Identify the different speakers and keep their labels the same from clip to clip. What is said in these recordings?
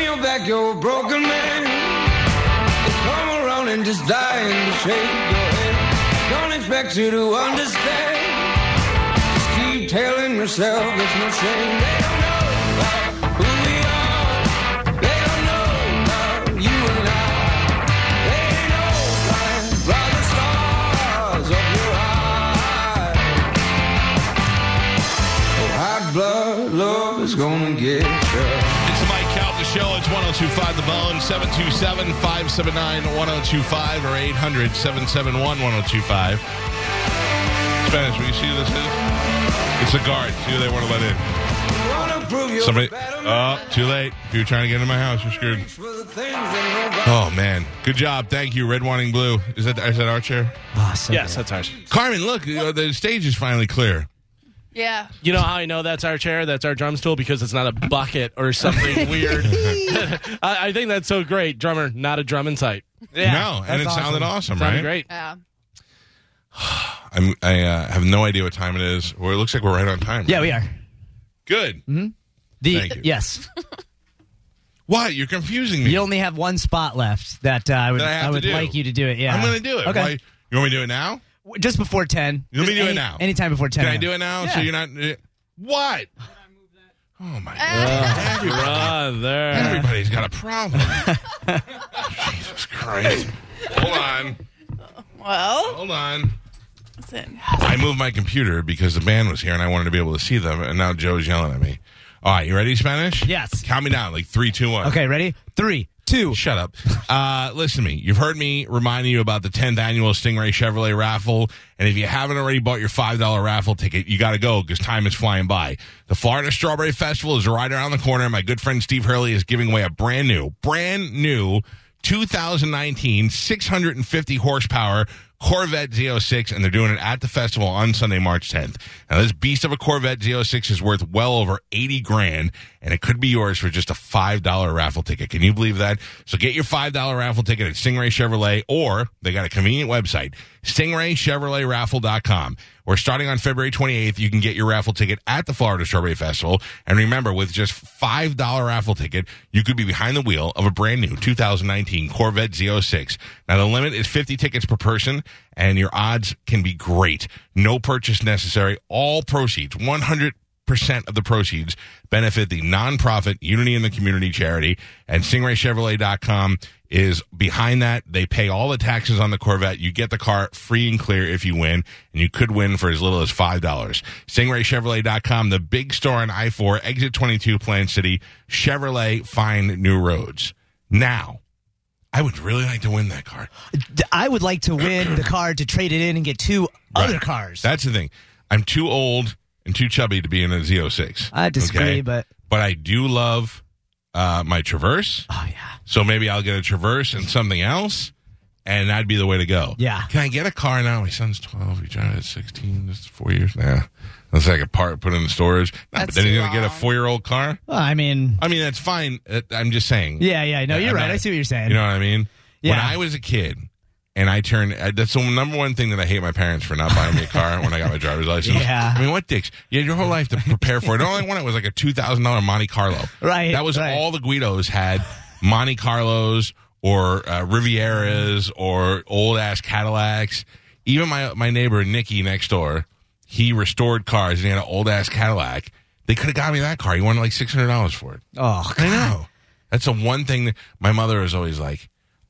Speaker 1: you're a broken man, you come around and just dying to shake your head. Don't expect you to understand. Just keep telling yourself it's no shame. They don't know about who we are. They don't know about you and I. They know by, by the stars of your eyes. Oh, hot blood love is gonna get you.
Speaker 2: It's the Mike Cal Show. It's 1025 The Bone, 727 579 1025 or 800 771 1025. Spanish, will you see who this is? It's the guards. See who they want to let in.
Speaker 1: Wanna prove you're
Speaker 2: Somebody.
Speaker 1: a better
Speaker 2: Oh,
Speaker 1: man.
Speaker 2: too late. If you're trying to get into my house, you're screwed.
Speaker 1: Reach for the things that nobody-
Speaker 2: Oh, man. Good job. Thank you. Red, wanting blue. Is that, is that our chair?
Speaker 3: Yes, that's ours.
Speaker 2: Carmen, look. uh, The stage is finally clear.
Speaker 4: Yeah.
Speaker 3: You know how I know that's our chair, that's our drum stool because it's not a bucket or something weird. I, I think that's so great, drummer. Not a drum in sight. Yeah,
Speaker 2: no, and it
Speaker 3: that's
Speaker 2: sounded awesome,
Speaker 3: Sounded
Speaker 2: right?
Speaker 3: great.
Speaker 4: Yeah.
Speaker 2: I'm, I uh, have no idea what time it is. Well, it looks like we're right on time.
Speaker 5: Yeah, we are.
Speaker 2: Good.
Speaker 3: Mm-hmm.
Speaker 5: The
Speaker 2: Thank you.
Speaker 5: yes,
Speaker 2: What? You're confusing me.
Speaker 5: you only have one spot left that uh, I would
Speaker 2: That I have
Speaker 5: I,
Speaker 2: to
Speaker 5: would
Speaker 2: do.
Speaker 5: like you to do it. Yeah,
Speaker 2: I'm going to do it.
Speaker 5: Okay,
Speaker 2: Why- you want me to do it now?
Speaker 5: W- just before ten.
Speaker 2: You want me to
Speaker 5: Just
Speaker 2: do it
Speaker 5: any-
Speaker 2: now?
Speaker 5: Anytime before ten.
Speaker 2: Can I do it now? So
Speaker 5: Yeah.
Speaker 2: you're not. uh, what? Oh my god! Everybody-
Speaker 3: Oh, Brother.
Speaker 2: Everybody's got a problem. Jesus Christ! Hold on,
Speaker 4: Well,
Speaker 2: hold on.
Speaker 4: listen.
Speaker 2: I moved my computer because the band was here and I wanted to be able to see them, and now Joe's yelling at me. All right, you ready, Spanish?
Speaker 5: Yes.
Speaker 2: Count me down, like three, two, one.
Speaker 5: Okay, ready? Three, two.
Speaker 2: Shut up. Uh, listen to me. You've heard me reminding you about the 10th annual Stingray Chevrolet raffle. And if you haven't already bought your $5 raffle ticket, you got to go because time is flying by. The Florida Strawberry Festival is right around the corner. My good friend Steve Hurley is giving away a brand new, brand new 2019 650 horsepower Corvette Z06, and they're doing it at the festival on Sunday, March 10th. Now, this beast of a Corvette Z06 is worth well over 80 grand, and it could be yours for just a $5 raffle ticket. Can you believe that? So get your $5 raffle ticket at Stingray Chevrolet, or they got a convenient website, stingraychevroletraffle.com. We're starting on February 28th. You can get your raffle ticket at the Florida Strawberry Festival. And remember, with just $5 raffle ticket, you could be behind the wheel of a brand new 2019 Corvette Z06. Now, the limit is 50 tickets per person, and your odds can be great. No purchase necessary. All proceeds, 100 percent of the proceeds benefit the nonprofit Unity in the Community charity and stingraychevrolet.com is behind that. They pay all the taxes on the Corvette. You get the car free and clear if you win, and you could win for as little as $5. stingraychevrolet.com, the big store on I-4, exit 22, Plant City. Chevrolet find new roads. Now, I would really like to win that car.
Speaker 5: D- I would like to win the car to trade it in and get two other cars.
Speaker 2: That's the thing. I'm too old and too chubby to be in a Z06.
Speaker 5: I disagree,
Speaker 2: okay?
Speaker 5: but
Speaker 2: but I do love uh, my Traverse.
Speaker 5: oh yeah,
Speaker 2: So maybe I'll get a Traverse and something else, and that'd be the way to go.
Speaker 5: Yeah.
Speaker 2: Can I get a car now? My son's 12. He drives at 16. This is four years. Nah. Unless I could part, put it in storage. Nah, but
Speaker 4: That's
Speaker 2: then he's
Speaker 4: too
Speaker 2: going to get a
Speaker 4: long.
Speaker 2: four year old car.
Speaker 5: well, I mean,
Speaker 2: I mean, that's fine. Uh, I'm just saying.
Speaker 5: yeah, yeah. No, you're
Speaker 2: I'm
Speaker 5: right.
Speaker 2: not-
Speaker 5: I see what you're saying.
Speaker 2: You know what I mean? When
Speaker 5: Yeah.
Speaker 2: I was a kid and I turned, uh, that's the number one thing that I hate my parents for not buying me a car when I got my driver's license.
Speaker 5: Yeah.
Speaker 2: I mean, what dicks? You had your whole life to prepare for it. All I wanted was like a $2,000 Monte Carlo.
Speaker 5: Right,
Speaker 2: That was
Speaker 5: right.
Speaker 2: all the Guidos had Monte Carlos or uh, Rivieras or old ass Cadillacs. Even my, my neighbor, Nikki, next door, he restored cars and he had an old ass Cadillac. They could have got me that car. He wanted like $600 for it.
Speaker 5: oh,
Speaker 2: I know. That's the one thing that my mother is always like.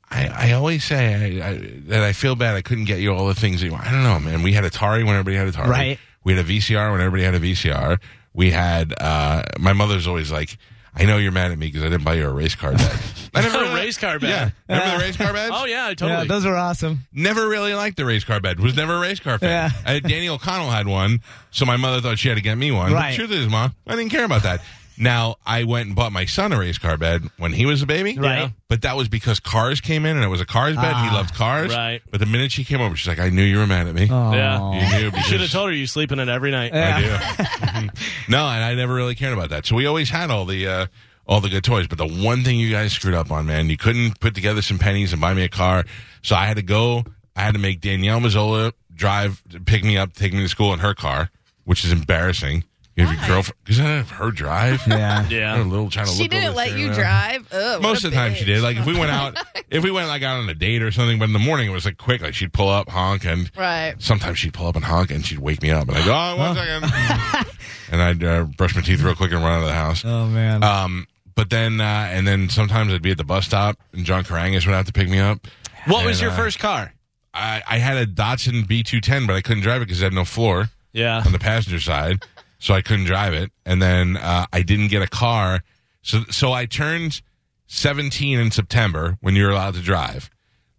Speaker 2: I, I always say I, I, that I feel bad I couldn't get you all the things that you want. I don't know, man. We had Atari when everybody had Atari.
Speaker 5: Right.
Speaker 2: We had a VCR when everybody had a VCR. We had, uh, my mother's always like, I know you're mad at me because I didn't buy you a race car bed. I never
Speaker 3: A race car
Speaker 2: Yeah.
Speaker 3: bed.
Speaker 2: Remember the race car beds?
Speaker 3: Oh yeah, totally.
Speaker 5: yeah, those are awesome.
Speaker 2: Never really liked the race car bed. Was never a race car fan.
Speaker 5: Yeah.
Speaker 2: I, Danny O'Connell had one, so my mother thought she had to get me one.
Speaker 5: Right.
Speaker 2: But truth is, mom, I didn't care about that. Now I went and bought my son a race car bed when he was a baby.
Speaker 5: Right. Yeah.
Speaker 2: But that was because cars came in and it was a cars bed. he
Speaker 5: Ah.
Speaker 2: loved cars.
Speaker 3: Right.
Speaker 2: But the minute she came over, she's like, "I knew you were mad at me.
Speaker 5: Oh.
Speaker 3: Yeah.
Speaker 2: You knew
Speaker 3: You should have
Speaker 2: because
Speaker 3: told her you sleep in it every night.
Speaker 2: I do. Mhm. no, and I never really cared about that. So we always had all the uh, all the good toys. But the one thing you guys screwed up on, man, you couldn't put together some pennies and buy me a car. So I had to go. I had to make Danielle Mazzola drive, pick me up, take me to school in her car, which is embarrassing. You have your girlfriend because I have her drive.
Speaker 5: Yeah.
Speaker 2: I'm a little trying to
Speaker 4: She
Speaker 2: look over
Speaker 4: didn't
Speaker 2: the
Speaker 4: let
Speaker 2: steering
Speaker 4: you
Speaker 2: wheel.
Speaker 4: drive. Ugh, what
Speaker 2: Most
Speaker 4: a
Speaker 2: of the time she
Speaker 4: bitch.
Speaker 2: did. Like if we went out, if we went like out on a date or something, but in the morning it was like quick. Like she'd pull up, honk, and
Speaker 4: Right.
Speaker 2: sometimes she'd pull up and honk, and she'd wake me up, and I go, oh, one second," and I'd uh, brush my teeth real quick and run out of the house.
Speaker 5: Oh man.
Speaker 2: Um, but then, uh, and then sometimes I'd be at the bus stop, and John Carangas would have to pick me up.
Speaker 3: What was
Speaker 2: And,
Speaker 3: your
Speaker 2: uh,
Speaker 3: first car?
Speaker 2: I, I had a Datsun B210, but I couldn't drive it because it had no floor
Speaker 3: Yeah.
Speaker 2: on the passenger side, so I couldn't drive it. And then uh, I didn't get a car, so so I turned 17 in September when you're allowed to drive.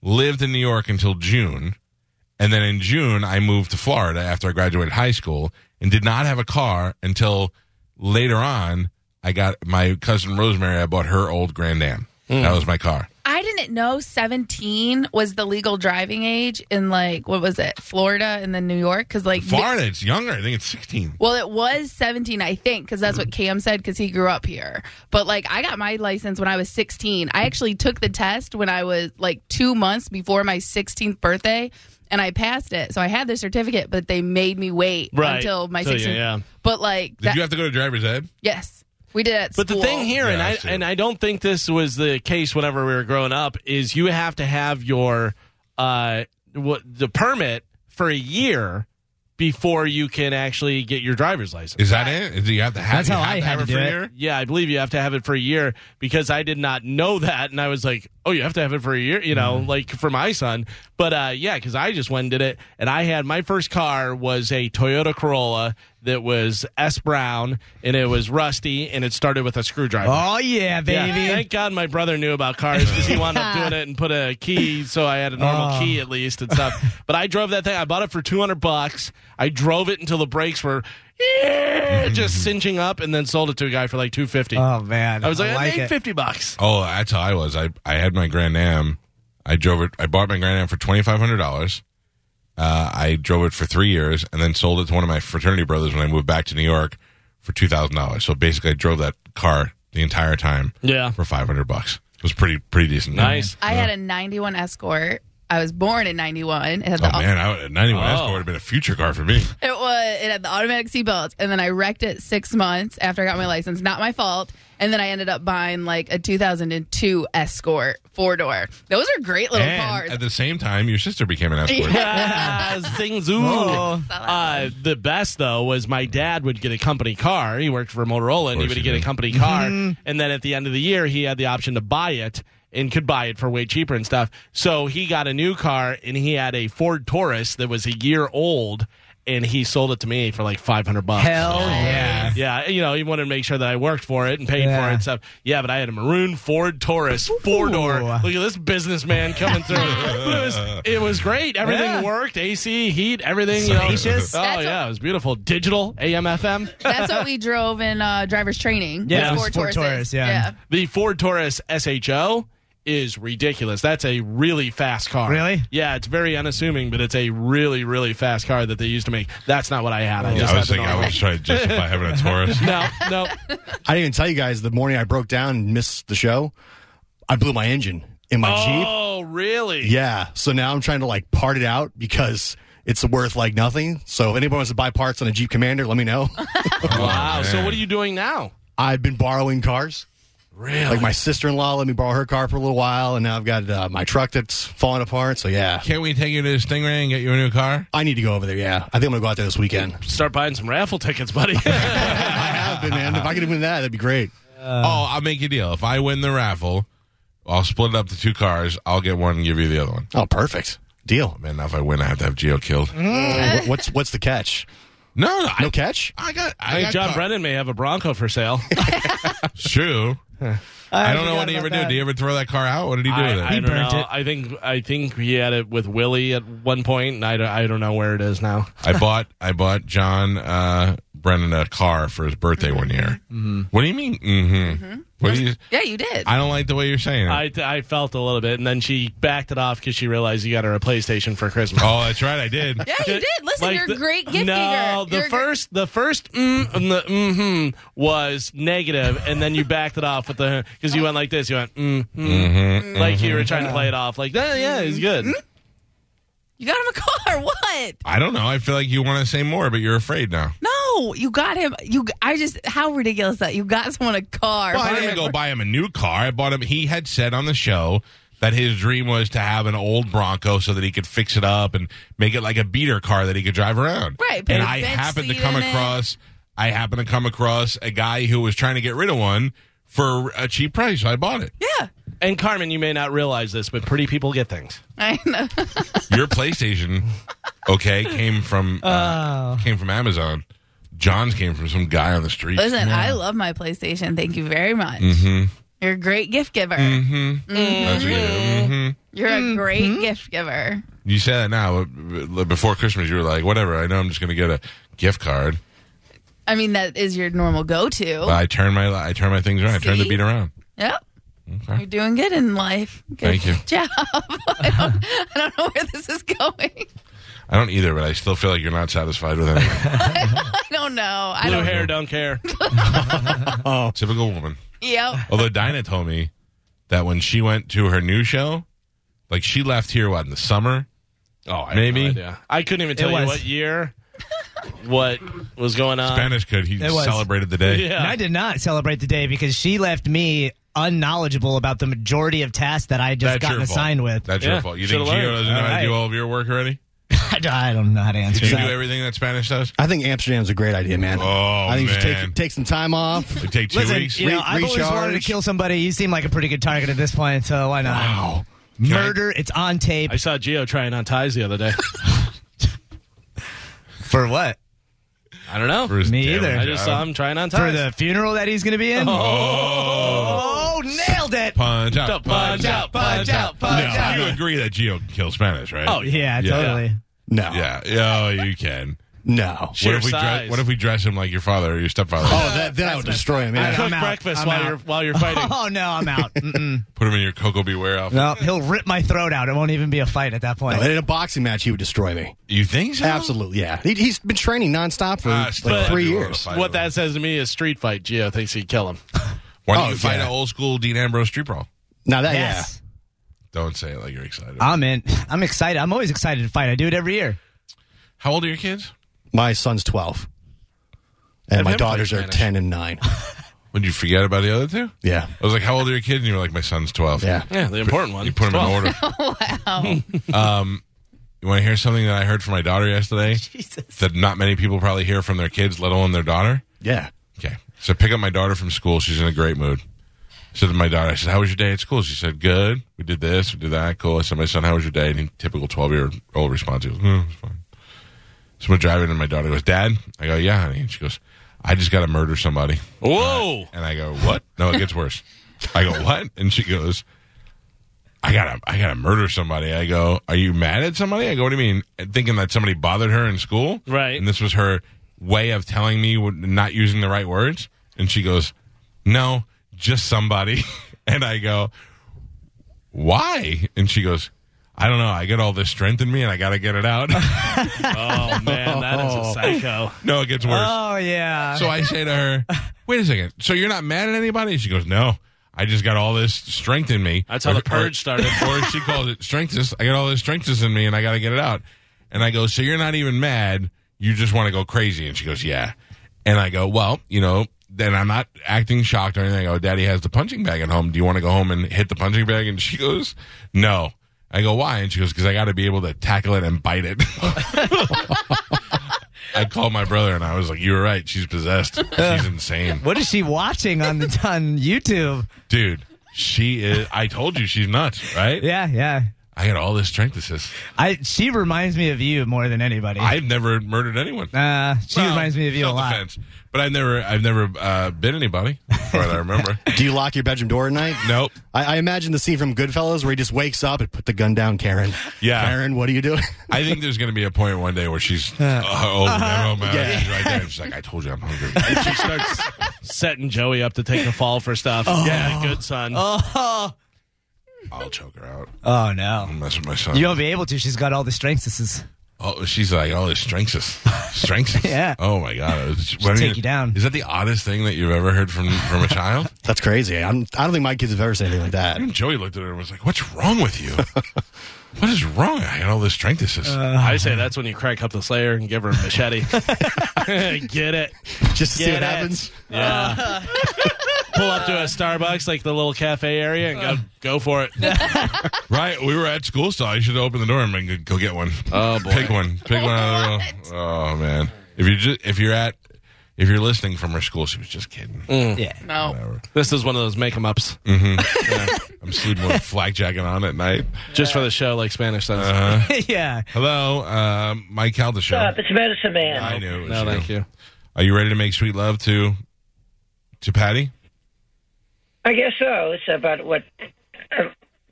Speaker 2: Lived in New York until June, and then in June I moved to Florida after I graduated high school, and did not have a car until later on. I got my cousin Rosemary. I bought her old Grand Am.
Speaker 5: Hmm.
Speaker 2: That was my car.
Speaker 4: I didn't know 17 was the legal driving age in like what was it, Florida and then New York? Because like,
Speaker 2: Florida, it's younger. I think it's 16.
Speaker 4: well, it was 17, I think, because that's what Cam said because he grew up here. But like, I got my license when I was 16. I actually took the test when I was like two months before my 16th birthday. And I passed it, so I had the certificate, but they made me wait
Speaker 3: Right.
Speaker 4: until my
Speaker 3: So, yeah,
Speaker 4: 16th.
Speaker 3: yeah.
Speaker 4: But like,
Speaker 2: Did
Speaker 4: that,
Speaker 2: you have to go to driver's ed?
Speaker 4: yes, we did it at
Speaker 3: But the
Speaker 4: school.
Speaker 3: thing here, and
Speaker 2: Yeah, I
Speaker 3: I,
Speaker 2: see.
Speaker 3: and I don't think this was the case whenever we were growing up, is you have to have your uh what the permit for a year before you can actually get your driver's license.
Speaker 2: Is that it? Do you have to have?
Speaker 5: That's
Speaker 2: you
Speaker 5: how
Speaker 2: have
Speaker 5: I
Speaker 2: to have
Speaker 5: had to
Speaker 2: it
Speaker 5: do
Speaker 2: for a
Speaker 5: it.
Speaker 2: year?
Speaker 3: yeah, I believe you have to have it for a year because I did not know that, and I was like, "Oh, you have to have it for a year," you know,
Speaker 5: Mm-hmm.
Speaker 3: like for my son. But uh, yeah, because I just went and did it, and I had my first car was a Toyota Corolla that was S brown, and it was rusty, and it started with a screwdriver.
Speaker 5: oh yeah,
Speaker 3: Yeah,
Speaker 5: baby.
Speaker 3: Thank God my brother knew about cars because he wound up doing it and put a key, so I had a normal
Speaker 5: Oh.
Speaker 3: key at least and stuff. But I drove that thing. I bought it for two hundred bucks. I drove it until the brakes were "Yeah," just cinching up, and then sold it to a guy for like two fifty.
Speaker 5: Oh man.
Speaker 3: I was like, I, made
Speaker 5: it.
Speaker 3: fifty bucks.
Speaker 2: Oh, that's how I was. I I had my Grand Am. I drove it. I bought my Grand Am for twenty five hundred dollars. Uh, I drove it for three years and then sold it to one of my fraternity brothers when I moved back to New York for two thousand dollars. So basically, I drove that car the entire time
Speaker 3: Yeah.
Speaker 2: for five hundred bucks. It was pretty pretty decent.
Speaker 5: Oh,
Speaker 3: Nice.
Speaker 4: I had a 91 Escort. I was born in 91. It had
Speaker 2: Oh
Speaker 4: the,
Speaker 2: man, I, ninety one
Speaker 3: Oh.
Speaker 2: Escort would have been a future car for me.
Speaker 4: It was it had the automatic seatbelts, and then I wrecked it six months after I got my license. Not my fault. And then I ended up buying like a 2002 Escort four door. Those are great little
Speaker 2: and
Speaker 4: cars.
Speaker 2: at the same time, your sister became an Escort.
Speaker 3: Ah, Zing zoo.
Speaker 5: Oh.
Speaker 3: Uh, the best though was my dad would get a company car. He worked for Motorola, and he
Speaker 2: course
Speaker 3: would
Speaker 2: he
Speaker 3: get a
Speaker 2: did.
Speaker 3: company car.
Speaker 5: Mm-hmm.
Speaker 3: And then at the end of the year, he had the option to buy it and could buy it for way cheaper and stuff. So he got a new car, and he had a Ford Taurus that was a year old, and he sold it to me for like five hundred bucks.
Speaker 5: Hell
Speaker 3: Oh,
Speaker 5: yeah.
Speaker 3: Yeah, you know, he wanted to make sure that I worked for it and paid for
Speaker 5: Yeah.
Speaker 3: it and stuff. Yeah, but I had a maroon Ford Taurus four door. Look at this businessman coming through. But it, was, it was great. Everything
Speaker 5: Yeah.
Speaker 3: worked AC, heat, everything. You know.
Speaker 5: Spacious.
Speaker 3: Oh,
Speaker 4: That's
Speaker 3: yeah,
Speaker 4: what-
Speaker 3: it was beautiful. Digital AM, FM.
Speaker 4: That's what we drove in uh, driver's training.
Speaker 5: Yeah,
Speaker 4: Those
Speaker 5: it was Ford
Speaker 4: Tauruses.
Speaker 5: Taurus, yeah.
Speaker 3: The Ford Taurus SHO is ridiculous. That's a really fast car.
Speaker 5: Really?
Speaker 3: Yeah, it's very unassuming, but it's a really, really fast car that they used to make. That's not what I had. I
Speaker 2: Yeah,
Speaker 3: just
Speaker 2: I was
Speaker 3: had the
Speaker 2: thinking I
Speaker 3: normal.
Speaker 2: was trying to justify having a Taurus.
Speaker 3: No, no.
Speaker 6: I didn't even tell you guys the morning I broke down and missed the show. I blew my engine in my Jeep.
Speaker 3: Oh, really?
Speaker 6: Yeah. So now I'm trying to like part it out because it's worth like nothing. So if anybody wants to buy parts on a Jeep Commander, let me know.
Speaker 3: Wow. so
Speaker 2: man.
Speaker 3: what are you doing now?
Speaker 6: I've been borrowing cars.
Speaker 3: Really?
Speaker 6: Like my sister in law let me borrow her car for a little while, and now I've got uh, my truck that's falling apart. So yeah,
Speaker 2: Can't we take you to Stingray and get you a new car?
Speaker 6: I need to go over there. Yeah, I think I'm gonna go out there this weekend.
Speaker 3: start buying some raffle tickets, buddy.
Speaker 6: I have been, man. If I could win that, that'd be great.
Speaker 2: oh, I'll make you a deal. If I win the raffle, I'll split it up to two cars. I'll get one and give you the other one.
Speaker 6: Oh, perfect deal.
Speaker 2: Man, now if I win, I have to have Geo killed.
Speaker 3: Mm-hmm.
Speaker 2: No,
Speaker 6: Wh- What's what's the catch?
Speaker 2: no, I,
Speaker 6: No catch?
Speaker 2: I got. I,
Speaker 3: I think
Speaker 2: got
Speaker 3: John
Speaker 2: caught.
Speaker 3: Brennan may have a Bronco for sale.
Speaker 2: It's True. I don't know
Speaker 5: forgot
Speaker 2: what he ever
Speaker 5: about
Speaker 2: did.
Speaker 5: that.
Speaker 2: Did he ever throw that car out? What did he do
Speaker 3: I,
Speaker 2: with it?
Speaker 3: I don't
Speaker 5: burnt
Speaker 3: know.
Speaker 5: it.
Speaker 3: I think I think he had it with Willie at one point, and I don't, I don't know where it is now.
Speaker 2: I bought. I bought John uh, Brennan a car for his birthday
Speaker 3: Mm-hmm.
Speaker 2: one year. What do you mean? Mm-hmm. What do you?
Speaker 4: Yeah, you did.
Speaker 2: I don't like the way you're saying it.
Speaker 3: I, I felt a little bit, and then she backed it off because she realized you got her a PlayStation for Christmas.
Speaker 2: oh, that's right. I did.
Speaker 4: yeah, you did. Listen,
Speaker 3: Like
Speaker 4: you're a
Speaker 3: the-
Speaker 4: great gift
Speaker 3: No,
Speaker 4: giver.
Speaker 3: the
Speaker 4: You're a gr-
Speaker 3: first, the first, mm, and the mm was negative, and then you backed it off with the because you went like this. You went mm, mm, like you were trying to play it off, like "Eh, yeah, it's good.
Speaker 4: you got him a car. What?
Speaker 2: I don't know. I feel like you want to say more, but you're afraid now.
Speaker 4: No, No, you got him. You, I just how ridiculous that you got someone a car.
Speaker 2: Well, I didn't go buy him a new car. I bought him. He had said on the show that his dream was to have an old Bronco so that he could fix it up and make it like a beater car that he could drive around.
Speaker 4: Right, put
Speaker 2: And
Speaker 4: a
Speaker 2: I
Speaker 4: bench
Speaker 2: happened to
Speaker 4: seat
Speaker 2: come
Speaker 4: in it.
Speaker 2: across. I happened to come across a guy who was trying to get rid of one for a cheap price. So I bought it.
Speaker 4: yeah,
Speaker 3: And Carmen, you may not realize this, but pretty people get things.
Speaker 4: I know.
Speaker 2: Your PlayStation, okay, came from
Speaker 4: Oh.
Speaker 2: uh, came from Amazon. John's came from some guy on the street.
Speaker 4: Listen, I love my PlayStation. Thank you very much.
Speaker 2: Mm-hmm.
Speaker 4: You're a great gift giver.
Speaker 2: That's what you do. Mhm.
Speaker 4: You're a great gift giver.
Speaker 2: You say that now. but Before Christmas, you were like, whatever. I know I'm just going to get a gift card.
Speaker 4: I mean, that is your normal go-to.
Speaker 2: But I turn my I turn my things around. I turn the
Speaker 4: See?
Speaker 2: beat around.
Speaker 4: Yep. You're doing good in life. Good
Speaker 2: Thank you.
Speaker 4: Job. I don't, I don't know where this is going.
Speaker 2: I don't either, but I still feel like you're not satisfied with anything.
Speaker 4: I don't know. I
Speaker 3: Blue
Speaker 4: don't.
Speaker 3: hair, don't care.
Speaker 2: Typical woman.
Speaker 4: Yep.
Speaker 2: Although Dinah told me that when she went to her new show, like she left here what in the summer.
Speaker 3: Oh, I
Speaker 2: Maybe.
Speaker 3: I couldn't even tell you
Speaker 5: was.
Speaker 3: what year, what was going on.
Speaker 2: Spanish could he
Speaker 5: Uh, it was.
Speaker 2: celebrated the day.
Speaker 5: And I
Speaker 3: Yeah.
Speaker 5: did not celebrate the day because she left me unknowledgeable about the majority of tasks that I had just
Speaker 2: That's
Speaker 5: gotten
Speaker 2: your
Speaker 5: assigned
Speaker 2: fault.
Speaker 5: with.
Speaker 2: That's
Speaker 3: Yeah.
Speaker 2: your fault. You
Speaker 3: Should've
Speaker 2: think Gio
Speaker 3: learned.
Speaker 2: doesn't know how to do
Speaker 5: Alright.
Speaker 2: all of your work already?
Speaker 5: I don't know how to answer
Speaker 2: Did you do
Speaker 5: that.
Speaker 2: everything that Spanish does?
Speaker 6: I think Amsterdam's a great idea, man.
Speaker 2: Oh,
Speaker 6: I think you should
Speaker 2: man.
Speaker 6: take, take some time off.
Speaker 2: It take two
Speaker 5: Listen,
Speaker 2: weeks.
Speaker 5: you know,
Speaker 6: Re-
Speaker 5: I've always wanted to
Speaker 6: recharge.
Speaker 5: kill somebody. You seem like a pretty good target at this point, so why not? Wow.
Speaker 2: I-
Speaker 5: Murder, it's on tape.
Speaker 3: I saw Geo trying on ties the other day.
Speaker 5: For what?
Speaker 3: I don't know.
Speaker 2: For his
Speaker 5: Me
Speaker 2: daily
Speaker 5: either.
Speaker 3: I just
Speaker 2: job.
Speaker 3: saw him trying on
Speaker 5: For
Speaker 3: ties.
Speaker 5: the funeral that he's going to be in?
Speaker 2: Oh.
Speaker 5: Oh, nailed it.
Speaker 2: Punch out,
Speaker 3: Punch out, punch out, punch
Speaker 2: no,
Speaker 3: out.
Speaker 2: You agree that Geo can kill Spanish, right?
Speaker 3: Oh,
Speaker 5: Yeah,
Speaker 2: Yeah.
Speaker 5: totally.
Speaker 6: No,
Speaker 2: yeah. Yeah, oh, you can.
Speaker 6: no.
Speaker 2: What
Speaker 3: Sheer
Speaker 2: if, we dress,
Speaker 3: size.
Speaker 2: what if we dress him like your father or your stepfather?
Speaker 6: Oh, that, then I would destroy him.
Speaker 5: I'm
Speaker 6: Yeah.
Speaker 3: cook
Speaker 5: out.
Speaker 3: breakfast
Speaker 5: I'm
Speaker 3: while
Speaker 5: out.
Speaker 3: you're while you're fighting?
Speaker 5: Oh, no, I'm out. Mm-mm.
Speaker 2: Put him in your Coco Beware outfit.
Speaker 5: no, he'll rip my throat out. It won't even be a fight at that point.
Speaker 6: No, in a boxing match, he would destroy me.
Speaker 2: You think so?
Speaker 6: Absolutely, yeah. He, he's been training nonstop for
Speaker 2: Ah, still,
Speaker 6: like three
Speaker 2: I do wanna
Speaker 6: years.
Speaker 2: fight him.
Speaker 3: what that says to me is street fight. Geo thinks he'd kill him.
Speaker 2: Why don't
Speaker 6: Oh,
Speaker 2: you fight
Speaker 6: yeah.
Speaker 2: an old school Dean Ambrose street brawl?
Speaker 6: Now that,
Speaker 5: yes.
Speaker 2: Don't say it like you're excited.
Speaker 5: I'm in. I'm excited. I'm always excited to fight. I do it every year.
Speaker 2: How old are your kids?
Speaker 6: yeah, my son's twelve, and
Speaker 2: I've
Speaker 6: my
Speaker 2: never played
Speaker 6: daughters are
Speaker 2: Spanish.
Speaker 6: ten and nine.
Speaker 2: Would you forget about the other two?
Speaker 6: Yeah,
Speaker 2: I was like, "How old are your kids?" And you were like, "My son's 12.
Speaker 6: yeah.
Speaker 3: Yeah, the important one.
Speaker 2: You put them in
Speaker 3: Well,
Speaker 2: order. wow. um, you want to hear something that I heard from my daughter yesterday? That not many people probably hear from their kids, let alone their daughter.
Speaker 6: Yeah.
Speaker 2: Okay. So I pick up my daughter from school. She's in a great mood. I said to my daughter, I said, How was your day at school? She said, Good. We did this, we did that. Cool. I said, My son, how was your day? And he, typical 12 year old response. He goes, No, it was fine. So we're driving, and my daughter goes, Dad? I go, Yeah, honey. And she goes, I just got to murder somebody.
Speaker 3: Whoa!
Speaker 2: And I go, What? No, it gets worse. I go, What? And she goes, I gotta, I gotta murder somebody. I go, are you mad at somebody? I go, what do you mean? And Thinking that somebody bothered her in school,
Speaker 3: Right.
Speaker 2: And this was her way of telling me what- not using the right words. And she goes, no, just somebody. And I go, why? And she goes, I don't know. I got all this strength in me, and I gotta get it out.
Speaker 3: Oh man, that is a psycho.
Speaker 2: no, it gets worse.
Speaker 5: Oh yeah.
Speaker 2: So I say to her, "Wait a second. So you're not mad at anybody?" She goes, "No, I just got all this strength in me."
Speaker 3: That's how the purge started.
Speaker 2: or she calls it strengths. I got all this strengths in me, and I got to get it out. And I go, "So you're not even mad? You just want to go crazy?" And she goes, "Yeah." And I go, "Well, you know." Then I'm not acting shocked or anything. I go, Daddy has the punching bag at home. Do you want to go home and hit the punching bag? And she goes, No. I go, Why? And she goes, Because I got to be able to tackle it and bite it. I called my brother and I was like, "You were right. She's possessed. She's insane,
Speaker 5: What is she watching on the on YouTube?
Speaker 2: dude. She is. I told you she's nuts, right?
Speaker 5: Yeah, yeah.
Speaker 2: I got all this strength assist.
Speaker 5: I she reminds me of you more than anybody.
Speaker 2: I've never murdered anyone.
Speaker 5: uh, she
Speaker 2: Well,
Speaker 5: reminds me of you a lot.
Speaker 2: self-defense. but I've never, I've never uh, bit anybody. as far as I remember.
Speaker 6: Do you lock your bedroom door at night?
Speaker 2: Nope.
Speaker 6: I, I imagine the scene from Goodfellas where he just wakes up and put the gun down, Karen.
Speaker 2: Yeah.
Speaker 6: Karen, what are you doing?
Speaker 2: I think there's going to be a point one day where she's uh, oh,
Speaker 5: uh-huh.
Speaker 2: no, man,
Speaker 6: Yeah.
Speaker 2: she's right there. She's like, "I told you, I'm hungry." And she starts.
Speaker 3: Setting Joey up to take the fall for stuff. Yeah, good son.
Speaker 5: Oh,
Speaker 2: I'll choke her out.
Speaker 5: oh no.
Speaker 2: I'll mess with my son.
Speaker 5: You won't be able to. She's got all the strengths. This is
Speaker 2: Oh, she's like, oh, it's strengths. Strengths.
Speaker 5: Yeah.
Speaker 2: Oh my god. It's- I
Speaker 5: take you down.
Speaker 2: Is that the oddest thing that you've ever heard from from a child?
Speaker 6: That's crazy. I'm, I don't think my kids have ever said anything like that.
Speaker 2: Joey looked at her and was like, "What's wrong with you?" What is wrong? I got all this strength assist.
Speaker 3: I say that's when you crack up the Slayer and give her a machete. Get it?
Speaker 6: just to see
Speaker 3: Get
Speaker 6: what
Speaker 3: it.
Speaker 6: happens.
Speaker 3: Yeah. Pull up to a Starbucks, like the little cafe area, and
Speaker 2: Uh.
Speaker 3: go go for it.
Speaker 2: right? We were at school, so I should open the door and go- go get one.
Speaker 3: Oh, boy.
Speaker 2: pick one, pick one out of the row. Oh man, if you just if you're at if you're listening from her school, she was just kidding.
Speaker 3: Mm. Hmm.
Speaker 5: Yeah.
Speaker 4: No.
Speaker 2: Whatever.
Speaker 3: This is one of those make 'em ups
Speaker 2: I'm sleeping with a flak jacket on at night. Uh-huh.
Speaker 3: just for the show, like Spanish Sense.
Speaker 2: Uh,
Speaker 5: yeah.
Speaker 2: Hello, uh, Mike Caldeshow.
Speaker 7: Stop, it's Medicine Man.
Speaker 2: I knew. It was
Speaker 3: Oh, no, thank you.
Speaker 2: Are you ready to make sweet love to to Patty?
Speaker 7: I guess so. It's about, what, uh,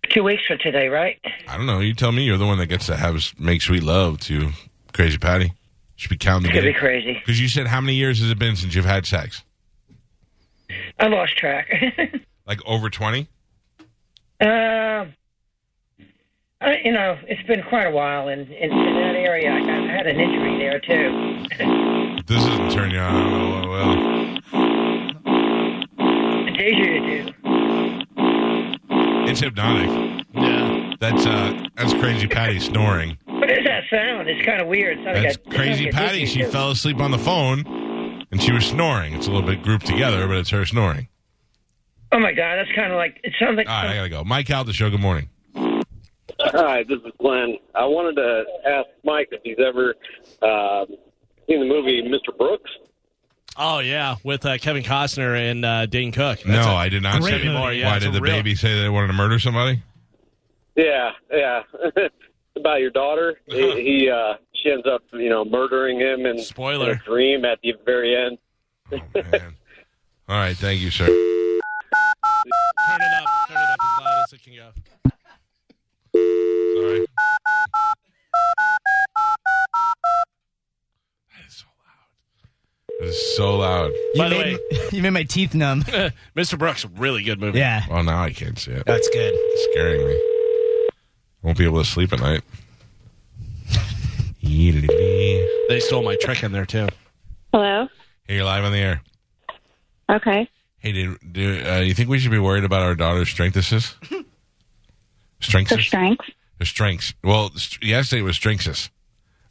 Speaker 7: two weeks from today, right?
Speaker 2: I don't know. You tell me. You're the one that gets to have s- make sweet love to Crazy Patty. Should be counting
Speaker 7: It's going to be
Speaker 2: because
Speaker 7: crazy.
Speaker 2: you said how many years has it been since you've had sex?
Speaker 7: I lost track.
Speaker 2: Like over twenty.
Speaker 7: Um, I, you know, it's been quite a while, and in, in that area, I, got, I had an injury there, too.
Speaker 2: This doesn't turn you on. I don't know what will.
Speaker 7: It's easier to do.
Speaker 2: It's hypnotic.
Speaker 3: Yeah.
Speaker 2: That's uh, that's crazy Patty snoring.
Speaker 7: What is that sound? It's kind of weird. It sounds
Speaker 2: That's
Speaker 7: like a-
Speaker 2: crazy
Speaker 7: it sounds like a
Speaker 2: Patty. She
Speaker 7: didgeridoo.
Speaker 2: fell asleep on the phone, and she was snoring. It's a little bit grouped together, but it's her snoring.
Speaker 7: Oh, my God. That's kind of like, it sounds like
Speaker 2: All right, I gotta go. Mike out the show. Good morning.
Speaker 8: Hi, this is Glenn. I wanted to ask Mike if he's ever uh, seen the movie Mr. Brooks.
Speaker 3: Oh yeah, with uh, Kevin Costner and uh, Dane Cook. That's
Speaker 2: no,
Speaker 3: it.
Speaker 2: I did not
Speaker 5: great
Speaker 2: say.
Speaker 5: movie.
Speaker 2: Why
Speaker 3: Yeah, it's
Speaker 2: did
Speaker 3: a
Speaker 2: the
Speaker 3: real-
Speaker 2: baby say they wanted to murder somebody?
Speaker 8: Yeah, yeah. About your daughter, he, he uh, she ends up, you know, murdering him in,
Speaker 3: Spoiler.
Speaker 8: in a dream at the very end.
Speaker 2: Oh man. All right, thank you, sir.
Speaker 3: turn it up, turn it up as loud as it can go.
Speaker 2: Sorry. That is so loud. That is so loud.
Speaker 5: You,
Speaker 3: By the
Speaker 5: made, m- you made my teeth numb.
Speaker 3: Mr. Brooks, really good movie.
Speaker 5: yeah.
Speaker 2: Well, now I can't see it.
Speaker 5: That's good.
Speaker 2: It's scaring me. Won't be able to sleep at night. Hey,
Speaker 3: They stole my trick in there too.
Speaker 9: Hello.
Speaker 2: you're live on the air.
Speaker 9: Okay.
Speaker 2: Hey, do, do uh, you think we should be worried about our daughter's strength assist? Strengths?
Speaker 9: The strength.
Speaker 2: Her strengths. Well, st- yesterday was strengths.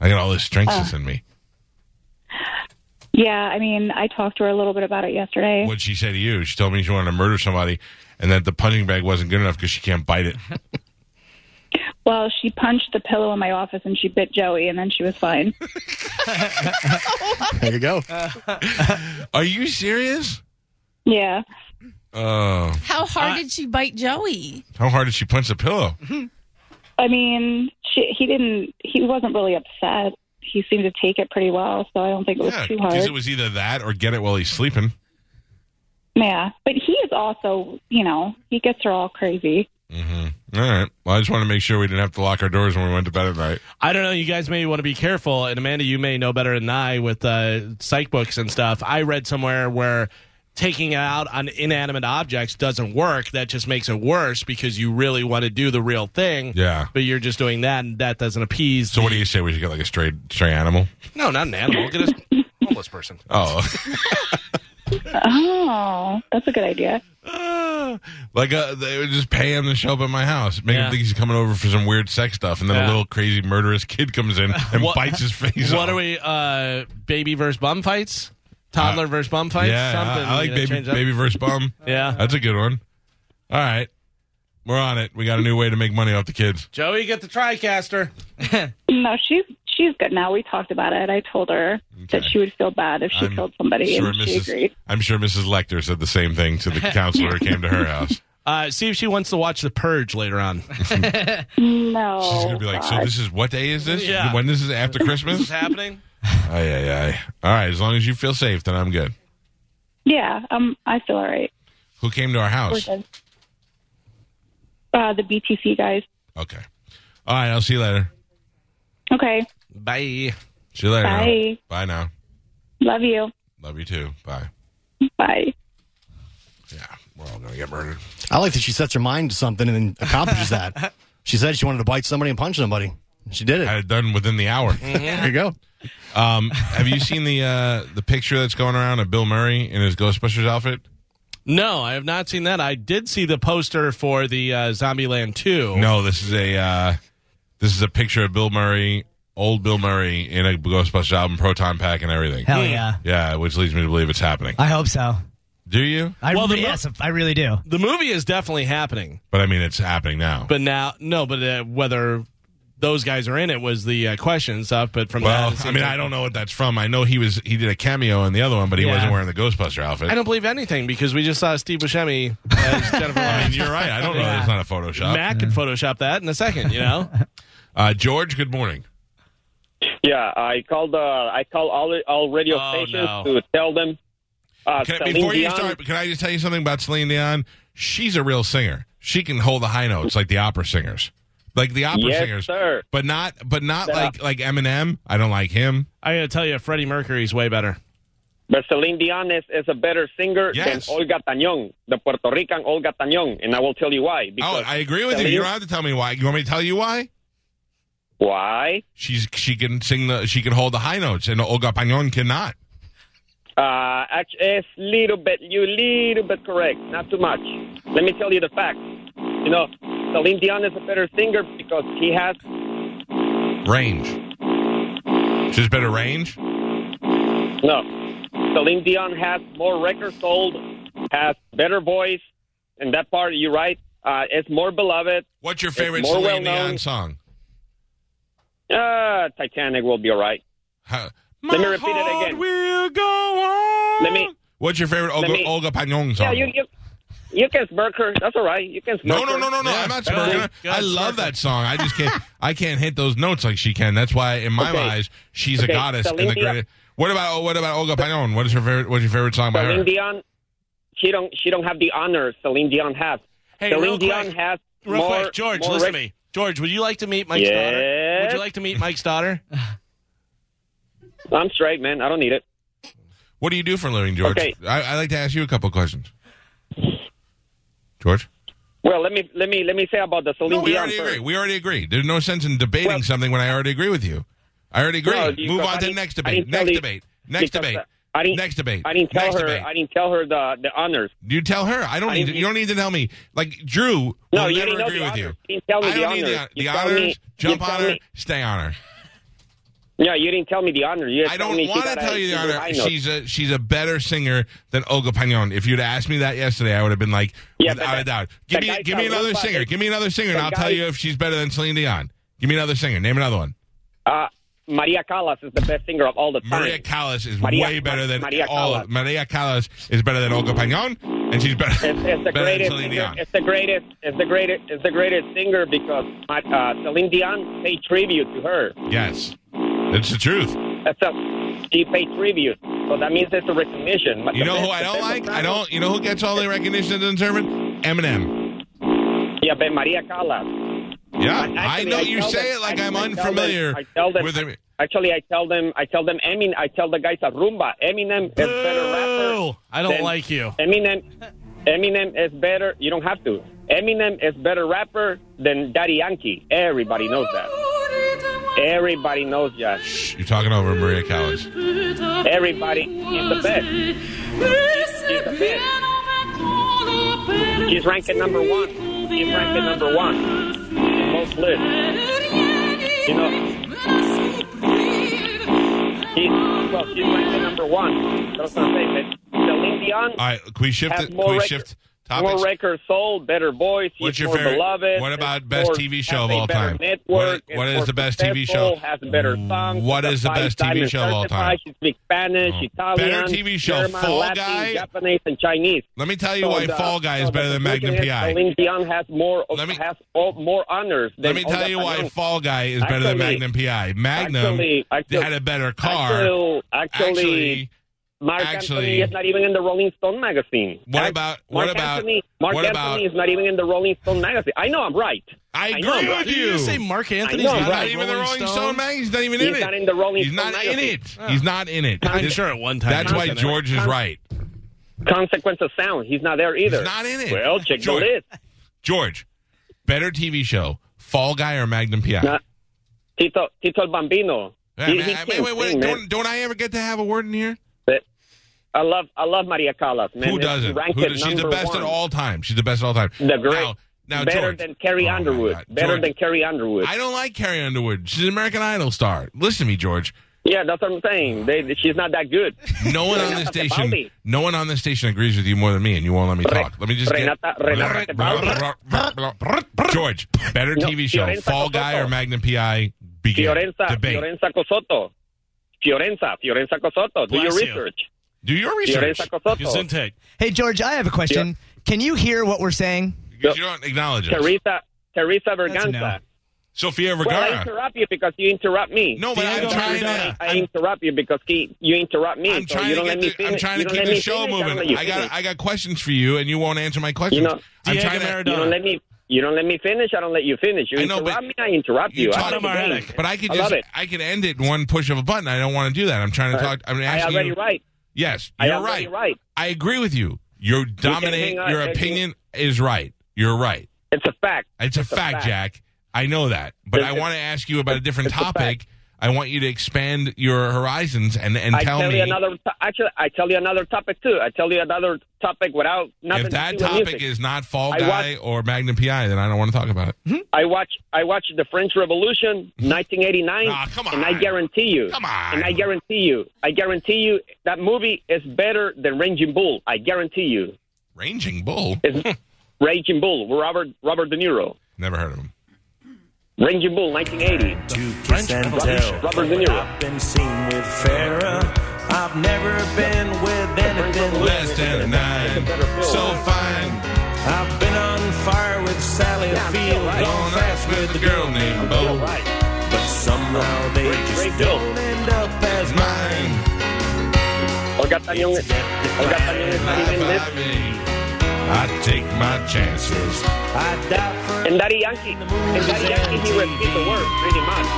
Speaker 2: I got all this strengths
Speaker 9: Uh,
Speaker 2: in me.
Speaker 9: Yeah, I mean, I talked to her a little bit about it yesterday.
Speaker 2: what she said to you. She told me she wanted to murder somebody and that the punching bag wasn't good enough because she can't bite it.
Speaker 9: Well, she punched the pillow in my office and she bit Joey, and then she was fine.
Speaker 6: There you go.
Speaker 2: Are you serious?
Speaker 9: yeah.
Speaker 2: Oh,
Speaker 4: How hard did she bite Joey?
Speaker 2: how hard did she punch the pillow?
Speaker 9: I mean, she, he didn't. He wasn't really upset. He seemed to take it pretty well, so I don't think it was
Speaker 2: Yeah,
Speaker 9: too
Speaker 2: 'cause
Speaker 9: hard.
Speaker 2: it was either that or get it while he's sleeping.
Speaker 9: yeah, but he is also, you know, he gets her all crazy.
Speaker 2: All right. Well, I just want to make sure we didn't have to lock our doors when we went to bed at night.
Speaker 3: I don't know. You guys may want to be careful. And Amanda, you may know better than I with uh, psych books and stuff. I read somewhere where taking out on inanimate objects doesn't work. That just makes it worse because you really want to do the real thing.
Speaker 2: Yeah.
Speaker 3: But you're just doing that, and that doesn't appease.
Speaker 2: So, what do
Speaker 3: the-
Speaker 2: you say? We should get like a stray stray animal?
Speaker 3: No, not an animal. Get a homeless person.
Speaker 2: Oh,
Speaker 9: Oh, that's a good idea.
Speaker 2: like uh, they would just pay him to show up at my house, make him
Speaker 3: Yeah.
Speaker 2: think he's coming over for some weird sex stuff, and then a
Speaker 3: Yeah.
Speaker 2: little crazy murderous kid comes in and
Speaker 3: What-
Speaker 2: bites his face. off.
Speaker 3: what are we? Uh, baby versus bum fights? Toddler versus bum fights?
Speaker 2: Uh, Yeah,
Speaker 3: Something.
Speaker 2: I, I like
Speaker 3: you know,
Speaker 2: baby
Speaker 3: change up.
Speaker 2: baby versus bum.
Speaker 3: Yeah.
Speaker 2: That's a good one. All right. We're on it. We got a new way to make money off the kids.
Speaker 3: Joey, get the TriCaster.
Speaker 9: No, she's she's good now. We talked about it. I told her that
Speaker 2: Okay.
Speaker 9: she would feel bad if she
Speaker 2: I'm
Speaker 9: killed somebody,
Speaker 2: sure
Speaker 9: and she
Speaker 2: Mrs.
Speaker 9: agreed.
Speaker 2: I'm sure Mrs. Lecter said the same thing to the counselor who came to her house.
Speaker 3: Uh, see if she wants to watch The Purge later on.
Speaker 9: No,
Speaker 2: She's going to be like, so
Speaker 8: Oh,
Speaker 9: God.
Speaker 2: this is what day is this?
Speaker 3: Yeah.
Speaker 2: When this is after Christmas? Aye,
Speaker 3: happening?
Speaker 2: aye, aye. All right. As long as you feel safe, then I'm good.
Speaker 9: Yeah, um, I feel all right.
Speaker 2: Who came to our
Speaker 9: We're
Speaker 2: house?
Speaker 9: good. Uh, the BTC guys.
Speaker 2: Okay. All right. I'll see you later.
Speaker 9: Okay,
Speaker 3: Bye.
Speaker 2: See you later.
Speaker 9: Bye.
Speaker 2: Bye now.
Speaker 9: love you.
Speaker 2: Love you too. Bye.
Speaker 9: Bye.
Speaker 2: Yeah. We're all going to get murdered.
Speaker 6: I like that she sets her mind to something and then accomplishes that. She said she wanted to bite somebody and punch somebody. She did it.
Speaker 2: I had it done within the hour.
Speaker 6: There you go.
Speaker 2: Um, have you seen the uh, the picture that's going around of Bill Murray in his Ghostbusters outfit?
Speaker 3: No, I have not seen that. I did see the poster for the uh, Zombieland 2.
Speaker 2: No, this is a uh, This is a picture of Bill Murray, old Bill Murray, in a Ghostbusters album, proton pack, and everything.
Speaker 3: Hmm.
Speaker 5: Hell yeah.
Speaker 2: Yeah, which leads me to believe it's happening.
Speaker 5: I hope so.
Speaker 2: Do you?
Speaker 5: I
Speaker 3: Well, the mo-
Speaker 5: yes, I really do.
Speaker 3: The movie is definitely happening,
Speaker 2: But I mean, it's happening now.
Speaker 3: but now no, but uh, whether those guys are in it was the uh, question and stuff. But from
Speaker 2: well,
Speaker 3: that, it
Speaker 2: I
Speaker 3: seems
Speaker 2: mean,
Speaker 3: like-
Speaker 2: I don't know what that's from. I know he was he did a cameo in the other one, but he
Speaker 5: Yeah.
Speaker 2: wasn't wearing the Ghostbuster outfit.
Speaker 3: I don't believe anything because we just saw Steve Buscemi as Jennifer.
Speaker 2: I mean,
Speaker 3: Lawrence.
Speaker 2: you're right. I don't know.
Speaker 5: Yeah.
Speaker 2: It's not a Photoshop.
Speaker 3: Matt could Photoshop that in a second, you know.
Speaker 2: Uh, George, good morning.
Speaker 8: Yeah, I called. Uh, I called all all radio
Speaker 3: Oh,
Speaker 8: stations
Speaker 3: no.
Speaker 8: to tell them. Uh,
Speaker 2: Can I,
Speaker 8: Celine
Speaker 2: before you
Speaker 8: Dion-
Speaker 2: start, can I just tell you something about Celine Dion? She's a real singer. She can hold the high notes like the opera singers, like the opera
Speaker 8: yes,
Speaker 2: singers,
Speaker 8: sir.
Speaker 2: but not but not
Speaker 8: Yeah.
Speaker 2: like like Eminem. I don't like him.
Speaker 3: I gotta tell you, Freddie Mercury's way better.
Speaker 8: But Celine Dion is, is a better singer
Speaker 2: Yes.
Speaker 8: than Olga Tañón, the Puerto Rican Olga Tañón, and I will tell you why.
Speaker 2: Oh,
Speaker 8: Because
Speaker 2: I agree with you.
Speaker 8: Celine-
Speaker 2: You don't have to tell me why. You want me to tell you why?
Speaker 8: Why?
Speaker 2: She's she can sing the she can hold the high notes, and Olga Pagnon cannot.
Speaker 8: Uh, act- it's little bit, you little bit correct, not too much. Let me tell you the fact. You know, Celine Dion is a better singer because he has
Speaker 2: Range. She's better range.
Speaker 8: no. Celine Dion has more records sold, has better voice, and that part you're right. Uh, it's more beloved.
Speaker 2: What's your favorite
Speaker 8: more
Speaker 2: Celine
Speaker 8: well-known.
Speaker 2: Dion song?
Speaker 8: Uh, Titanic will be all right.
Speaker 2: How,
Speaker 8: Let me repeat it again.
Speaker 2: will go on.
Speaker 8: Let me-
Speaker 2: What's your favorite Olga,
Speaker 8: me-
Speaker 2: Olga Pagnon
Speaker 8: Yeah,
Speaker 2: song?
Speaker 8: you you, you can smirk her. That's all right. You can smirk
Speaker 2: No, no,
Speaker 8: her.
Speaker 2: no, no, no. I'm not
Speaker 3: Yeah.
Speaker 2: smirking. her.
Speaker 3: Go
Speaker 2: I
Speaker 3: ahead,
Speaker 2: love
Speaker 3: smirk her.
Speaker 2: that song. I just can't. I can't hit those notes like she can. That's why, in my
Speaker 8: Okay.
Speaker 2: eyes, she's
Speaker 8: Okay,
Speaker 2: a goddess and the
Speaker 8: Celine Dion-
Speaker 2: greatest. What about oh, what about Olga Pagnon? What is your favorite? What's your favorite song by her?
Speaker 8: Celine Dion, she don't she don't have the honor Celine Dion has.
Speaker 3: Hey,
Speaker 8: Celine
Speaker 3: real
Speaker 8: Dion
Speaker 3: quick,
Speaker 8: has
Speaker 3: real
Speaker 8: more.
Speaker 3: quick, George,
Speaker 8: more
Speaker 3: listen
Speaker 8: rec-
Speaker 3: to me. George, would you like to meet Mike's daughter? Would
Speaker 8: Yes.
Speaker 3: you like to meet Mike's daughter?
Speaker 8: I'm straight, man. I don't need it.
Speaker 2: What do you do for a living, George?
Speaker 8: Okay.
Speaker 2: I, I like to ask you a couple of questions. George,
Speaker 8: Well, let me let me let me say about the Celine
Speaker 2: no, we
Speaker 8: Dion
Speaker 2: already
Speaker 8: first.
Speaker 2: agree. We already agree. There's no sense in debating
Speaker 8: Well-
Speaker 2: something when I already agree with you. I already agree.
Speaker 8: No, because
Speaker 2: Move on
Speaker 8: I
Speaker 2: to the
Speaker 8: didn't-
Speaker 2: next
Speaker 8: I
Speaker 2: debate.
Speaker 8: didn't tell
Speaker 2: Next
Speaker 8: you-
Speaker 2: debate. Next
Speaker 8: because,
Speaker 2: debate.
Speaker 8: uh, I didn't,
Speaker 2: Next debate.
Speaker 8: I didn't tell
Speaker 2: Next
Speaker 8: her.
Speaker 2: debate.
Speaker 8: I didn't tell her the the honors.
Speaker 2: You tell her. I don't
Speaker 8: I
Speaker 2: need.
Speaker 8: didn't-
Speaker 2: You don't need to tell me. Like Drew
Speaker 8: No,
Speaker 2: will
Speaker 8: you
Speaker 2: never
Speaker 8: didn't know
Speaker 2: agree
Speaker 8: the
Speaker 2: with you.
Speaker 8: honors. You didn't tell me
Speaker 2: I
Speaker 8: the
Speaker 2: don't need
Speaker 8: honors.
Speaker 2: the,
Speaker 8: You
Speaker 2: the
Speaker 8: tell
Speaker 2: honors.
Speaker 8: me-
Speaker 2: jump
Speaker 8: you
Speaker 2: on
Speaker 8: tell
Speaker 2: her.
Speaker 8: me-
Speaker 2: Stay on her.
Speaker 8: Yeah, you didn't tell me the honor. You
Speaker 2: I
Speaker 8: just told
Speaker 2: don't
Speaker 8: me she
Speaker 2: want to
Speaker 8: got
Speaker 2: tell
Speaker 8: a
Speaker 2: you the
Speaker 8: single high
Speaker 2: honor.
Speaker 8: note.
Speaker 2: She's a she's a better singer than Olga Pagnon. If you'd asked me that yesterday, I would have been like,
Speaker 8: Yeah, but
Speaker 2: without
Speaker 8: that-
Speaker 2: a doubt.
Speaker 8: that
Speaker 2: Give me
Speaker 8: guy's
Speaker 2: give me
Speaker 8: got
Speaker 2: another
Speaker 8: one
Speaker 2: singer.
Speaker 8: bucket.
Speaker 2: Give me another singer, and
Speaker 8: That
Speaker 2: I'll tell
Speaker 8: guy-
Speaker 2: you if she's better than Celine Dion. Give me another singer. Name another one.
Speaker 8: Uh, Maria Callas is the best singer of all the time.
Speaker 2: Maria Callas is
Speaker 8: Maria-
Speaker 2: way better than
Speaker 8: Maria
Speaker 2: all.
Speaker 8: Callas.
Speaker 2: Maria Callas is better than Olga Pagnon, and she's better,
Speaker 8: It's, it's the
Speaker 2: better than
Speaker 8: greatest.
Speaker 2: Celine
Speaker 8: singer-
Speaker 2: Dion.
Speaker 8: It's the greatest. It's the greatest. It's the greatest singer because my, uh, Celine Dion paid tribute to her.
Speaker 2: Yes, it's the truth.
Speaker 8: That's a she paid tribute, so that means it's a recognition. But
Speaker 2: You
Speaker 8: the
Speaker 2: know who
Speaker 8: best-
Speaker 2: I
Speaker 8: the
Speaker 2: don't
Speaker 8: best
Speaker 2: like? I
Speaker 8: soprano-
Speaker 2: don't. You know who gets all the recognition that's deserving? Eminem.
Speaker 8: Yeah, but Maria Callas.
Speaker 2: Yeah,
Speaker 8: Actually,
Speaker 2: I know you
Speaker 8: tell
Speaker 2: say
Speaker 8: them-
Speaker 2: it like
Speaker 8: I-
Speaker 2: I'm
Speaker 8: I tell them-
Speaker 2: unfamiliar
Speaker 8: I tell them.
Speaker 2: with him.
Speaker 8: Actually, I tell them. I tell them. Emin. I tell the guys at Rumba. Eminem is better rapper.
Speaker 3: Boo! I don't
Speaker 8: Then-
Speaker 3: like you.
Speaker 8: Eminem. Eminem is better. You don't have to. Eminem is better rapper than Daddy Yankee. Everybody knows that. Everybody knows that.
Speaker 2: Shh, You're talking over Maria Callas.
Speaker 8: Everybody is the best. She's the best. She's ranked at number one. She's ranked at number one. in Most list. You know, she, well, she's ranked at number one. That's what I'm saying. But Celine Dion
Speaker 2: All right, can we shift?
Speaker 8: has
Speaker 2: It?
Speaker 8: more
Speaker 2: Can we
Speaker 8: record-
Speaker 2: shift
Speaker 8: more
Speaker 2: topics?
Speaker 8: records sold, better voice. she's
Speaker 2: What's your
Speaker 8: more
Speaker 2: favorite-
Speaker 8: beloved.
Speaker 2: what about
Speaker 8: it's
Speaker 2: best
Speaker 8: more-
Speaker 2: TV
Speaker 8: has
Speaker 2: show of
Speaker 8: a
Speaker 2: all
Speaker 8: better
Speaker 2: time?
Speaker 8: Network,
Speaker 2: What- what
Speaker 8: it's
Speaker 2: is
Speaker 8: more
Speaker 2: the best TV show?
Speaker 8: successful, Has a better songs.
Speaker 2: What is the
Speaker 8: five
Speaker 2: best TV
Speaker 8: diamond
Speaker 2: show of all
Speaker 8: certified,
Speaker 2: time?
Speaker 8: She speaks Spanish,
Speaker 2: Oh.
Speaker 8: Italian,
Speaker 2: Better TV show,
Speaker 8: German,
Speaker 2: Fall
Speaker 8: Latin,
Speaker 2: Guy?
Speaker 8: Japanese, and Chinese.
Speaker 2: Let me tell you
Speaker 8: So
Speaker 2: why
Speaker 8: the-
Speaker 2: Fall Guy
Speaker 8: so
Speaker 2: is
Speaker 8: the
Speaker 2: better than
Speaker 8: conclusion
Speaker 2: Magnum
Speaker 8: is
Speaker 2: PI.
Speaker 8: Celine Dion has more
Speaker 2: Let me-
Speaker 8: has all, more honors.
Speaker 2: Let
Speaker 8: than
Speaker 2: me tell
Speaker 8: Olga
Speaker 2: you why
Speaker 8: Tañón.
Speaker 2: Fall Guy is better than
Speaker 8: Actually-
Speaker 2: Magnum PI. Magnum
Speaker 8: actually- actually-
Speaker 2: had a better car.
Speaker 8: Actually, actually,
Speaker 2: Actually,
Speaker 8: Mark
Speaker 2: actually-
Speaker 8: Anthony is not even in the Rolling Stone magazine.
Speaker 2: What
Speaker 8: Act-
Speaker 2: about-
Speaker 8: Mark
Speaker 2: what about-
Speaker 8: Anthony? Mark
Speaker 2: what
Speaker 8: Anthony
Speaker 2: about-
Speaker 8: is not even in the Rolling Stone magazine. I know I'm right.
Speaker 2: I
Speaker 8: I know,
Speaker 2: agree
Speaker 8: right?
Speaker 2: with
Speaker 3: Did you
Speaker 2: you.
Speaker 3: just say Mark Anthony's
Speaker 8: know,
Speaker 3: not
Speaker 2: He's
Speaker 3: in
Speaker 2: not even the Rolling Stone magazine. He's not even in
Speaker 8: He's
Speaker 2: it.
Speaker 8: not in the Rolling
Speaker 2: He's
Speaker 8: Stone
Speaker 2: not in
Speaker 8: magazine.
Speaker 2: it. He's not in it.
Speaker 3: I'm
Speaker 2: This-
Speaker 3: sure at one time.
Speaker 2: That's
Speaker 3: he was
Speaker 2: why
Speaker 3: in it.
Speaker 2: George is right.
Speaker 8: Consequence of Sound. He's not there either.
Speaker 2: He's not in it.
Speaker 8: Well, check
Speaker 2: George,
Speaker 8: the list.
Speaker 2: George, better TV show, Fall Guy or Magnum PI?
Speaker 8: Not- Tito, Tito el Bambino.
Speaker 2: Yeah,
Speaker 8: He-
Speaker 2: man,
Speaker 8: he
Speaker 2: I- wait,
Speaker 8: can't
Speaker 2: wait, wait,
Speaker 8: sing, man.
Speaker 2: Don't, don't I ever get to have a word in here?
Speaker 8: I love, I love Maria Callas, man.
Speaker 2: Who
Speaker 8: It's
Speaker 2: doesn't?
Speaker 8: ranked
Speaker 2: Who
Speaker 8: at
Speaker 2: does- she's the
Speaker 8: number
Speaker 2: best
Speaker 8: one.
Speaker 2: at all time. She's the best at all time.
Speaker 8: The great-
Speaker 2: Now, Now,
Speaker 8: better
Speaker 2: George-
Speaker 8: than Carrie
Speaker 2: Oh, my
Speaker 8: Underwood.
Speaker 2: God.
Speaker 8: Better
Speaker 2: George,
Speaker 8: than Carrie Underwood.
Speaker 2: I don't like Carrie Underwood. She's an American Idol star. Listen to me, George.
Speaker 8: yeah, that's what I'm saying. They, she's not that good.
Speaker 2: No one on this
Speaker 8: Renata
Speaker 2: station,
Speaker 8: Tebaldi.
Speaker 2: no one on this station agrees with you more than me, and you won't let me
Speaker 8: Re-
Speaker 2: talk. Let me just
Speaker 8: Renata- Renata
Speaker 2: get. George, better
Speaker 8: No,
Speaker 2: TV show,
Speaker 8: Fiorenza
Speaker 2: Fall Guy
Speaker 8: Cosotto.
Speaker 2: or Magnum PI? Begin
Speaker 8: Fiorenza,
Speaker 2: debate.
Speaker 8: Fiorenza Cosotto. Fiorenza, Fiorenza Cosotto. Do
Speaker 3: Bless
Speaker 8: your
Speaker 3: you.
Speaker 8: research.
Speaker 2: Do your research.
Speaker 8: Fiorenza Cosotto.
Speaker 3: Gesundheit.
Speaker 5: Hey, George, I have a question. Can you hear what we're saying?
Speaker 2: Because you don't acknowledge us.
Speaker 8: Teresa, Teresa
Speaker 5: That's a no.
Speaker 8: Verganza.
Speaker 2: Sophia
Speaker 8: Well, I
Speaker 2: Vergara.
Speaker 8: interrupt you because you interrupt me.
Speaker 2: No, but I'm
Speaker 3: Diego
Speaker 2: trying
Speaker 3: Maradona.
Speaker 2: to.
Speaker 8: I interrupt you because he, you interrupt me.
Speaker 2: I'm
Speaker 8: so
Speaker 2: trying
Speaker 8: you
Speaker 2: to
Speaker 8: don't
Speaker 2: get.
Speaker 8: let me
Speaker 2: The,
Speaker 8: finish.
Speaker 2: I'm trying to
Speaker 8: you don't
Speaker 2: keep
Speaker 8: let
Speaker 2: the
Speaker 8: me
Speaker 2: show
Speaker 8: finish. don't let
Speaker 2: moving.
Speaker 8: you
Speaker 2: I got.
Speaker 8: finish.
Speaker 2: I got questions for you, and you won't answer my questions.
Speaker 8: know,
Speaker 2: I'm
Speaker 3: Diego
Speaker 2: trying to.
Speaker 3: Maradona.
Speaker 8: You don't let me. You don't let me finish. I don't let you finish. You
Speaker 2: uh, I know, but
Speaker 8: interrupt me. I interrupt
Speaker 2: you
Speaker 8: you.
Speaker 2: talk
Speaker 8: I
Speaker 3: about
Speaker 8: don't
Speaker 3: it.
Speaker 2: But I could
Speaker 8: I
Speaker 2: just.
Speaker 8: love it.
Speaker 2: I could end it in one push of a button. I don't want to do that. I'm trying to talk. I'm
Speaker 8: I
Speaker 2: asking
Speaker 8: already
Speaker 2: you.
Speaker 8: right.
Speaker 2: Yes,
Speaker 8: I
Speaker 2: you're
Speaker 8: already
Speaker 2: right.
Speaker 8: right.
Speaker 2: I agree with you. You're dominate.
Speaker 8: hang on.
Speaker 2: Your
Speaker 8: I can-
Speaker 2: opinion is right. You're right.
Speaker 8: It's a fact.
Speaker 2: It's a
Speaker 8: a
Speaker 2: fact,
Speaker 8: fact.
Speaker 2: Jack. I know that, but I
Speaker 8: It's-
Speaker 2: want to ask you about a different
Speaker 8: it's a fact.
Speaker 2: topic. I want you to expand your horizons and and
Speaker 8: I
Speaker 2: tell
Speaker 8: tell
Speaker 2: me
Speaker 8: you another. To- actually, I tell you another topic too. I tell you another topic without nothing
Speaker 2: if that
Speaker 8: to do with
Speaker 2: topic
Speaker 8: music.
Speaker 2: is not Fall
Speaker 8: I Hmm?
Speaker 2: Guy or Magnum PI, then I don't want to talk about it.
Speaker 8: I watch. I watch the French Revolution, 1989,
Speaker 2: Ah, come
Speaker 8: and I
Speaker 2: on.
Speaker 8: guarantee you.
Speaker 2: Come on.
Speaker 8: And I guarantee you. I guarantee you that movie is better than Raging Bull. I guarantee you.
Speaker 2: Ranging Bull.
Speaker 8: It's Raging Bull. Robert Robert De Niro.
Speaker 2: Never heard of him.
Speaker 8: Raging Bull, 1980.
Speaker 10: to kiss and tell.
Speaker 8: Robert De Niro.
Speaker 10: I've been seen with Farrah. I've never been with anything
Speaker 2: Less
Speaker 10: less
Speaker 2: than a nine. So fine.
Speaker 10: I've been on fire with Sally
Speaker 8: Yeah, I'm still
Speaker 10: Field,
Speaker 8: right.
Speaker 10: on
Speaker 2: Going
Speaker 10: fast with the girl named Bo.
Speaker 8: Still right.
Speaker 10: But somehow they
Speaker 8: Great,
Speaker 10: just
Speaker 8: great bill.
Speaker 10: don't end up as mine.
Speaker 2: Mine.
Speaker 8: Olga Tañón
Speaker 10: It's
Speaker 8: is
Speaker 10: that
Speaker 8: Olga
Speaker 10: decline.
Speaker 8: Tañón is not
Speaker 2: High
Speaker 8: even this.
Speaker 2: five me. I take my chances.
Speaker 10: I die for
Speaker 8: And Daddy Yankee, and Daddy Yankee, he repeats the word pretty much.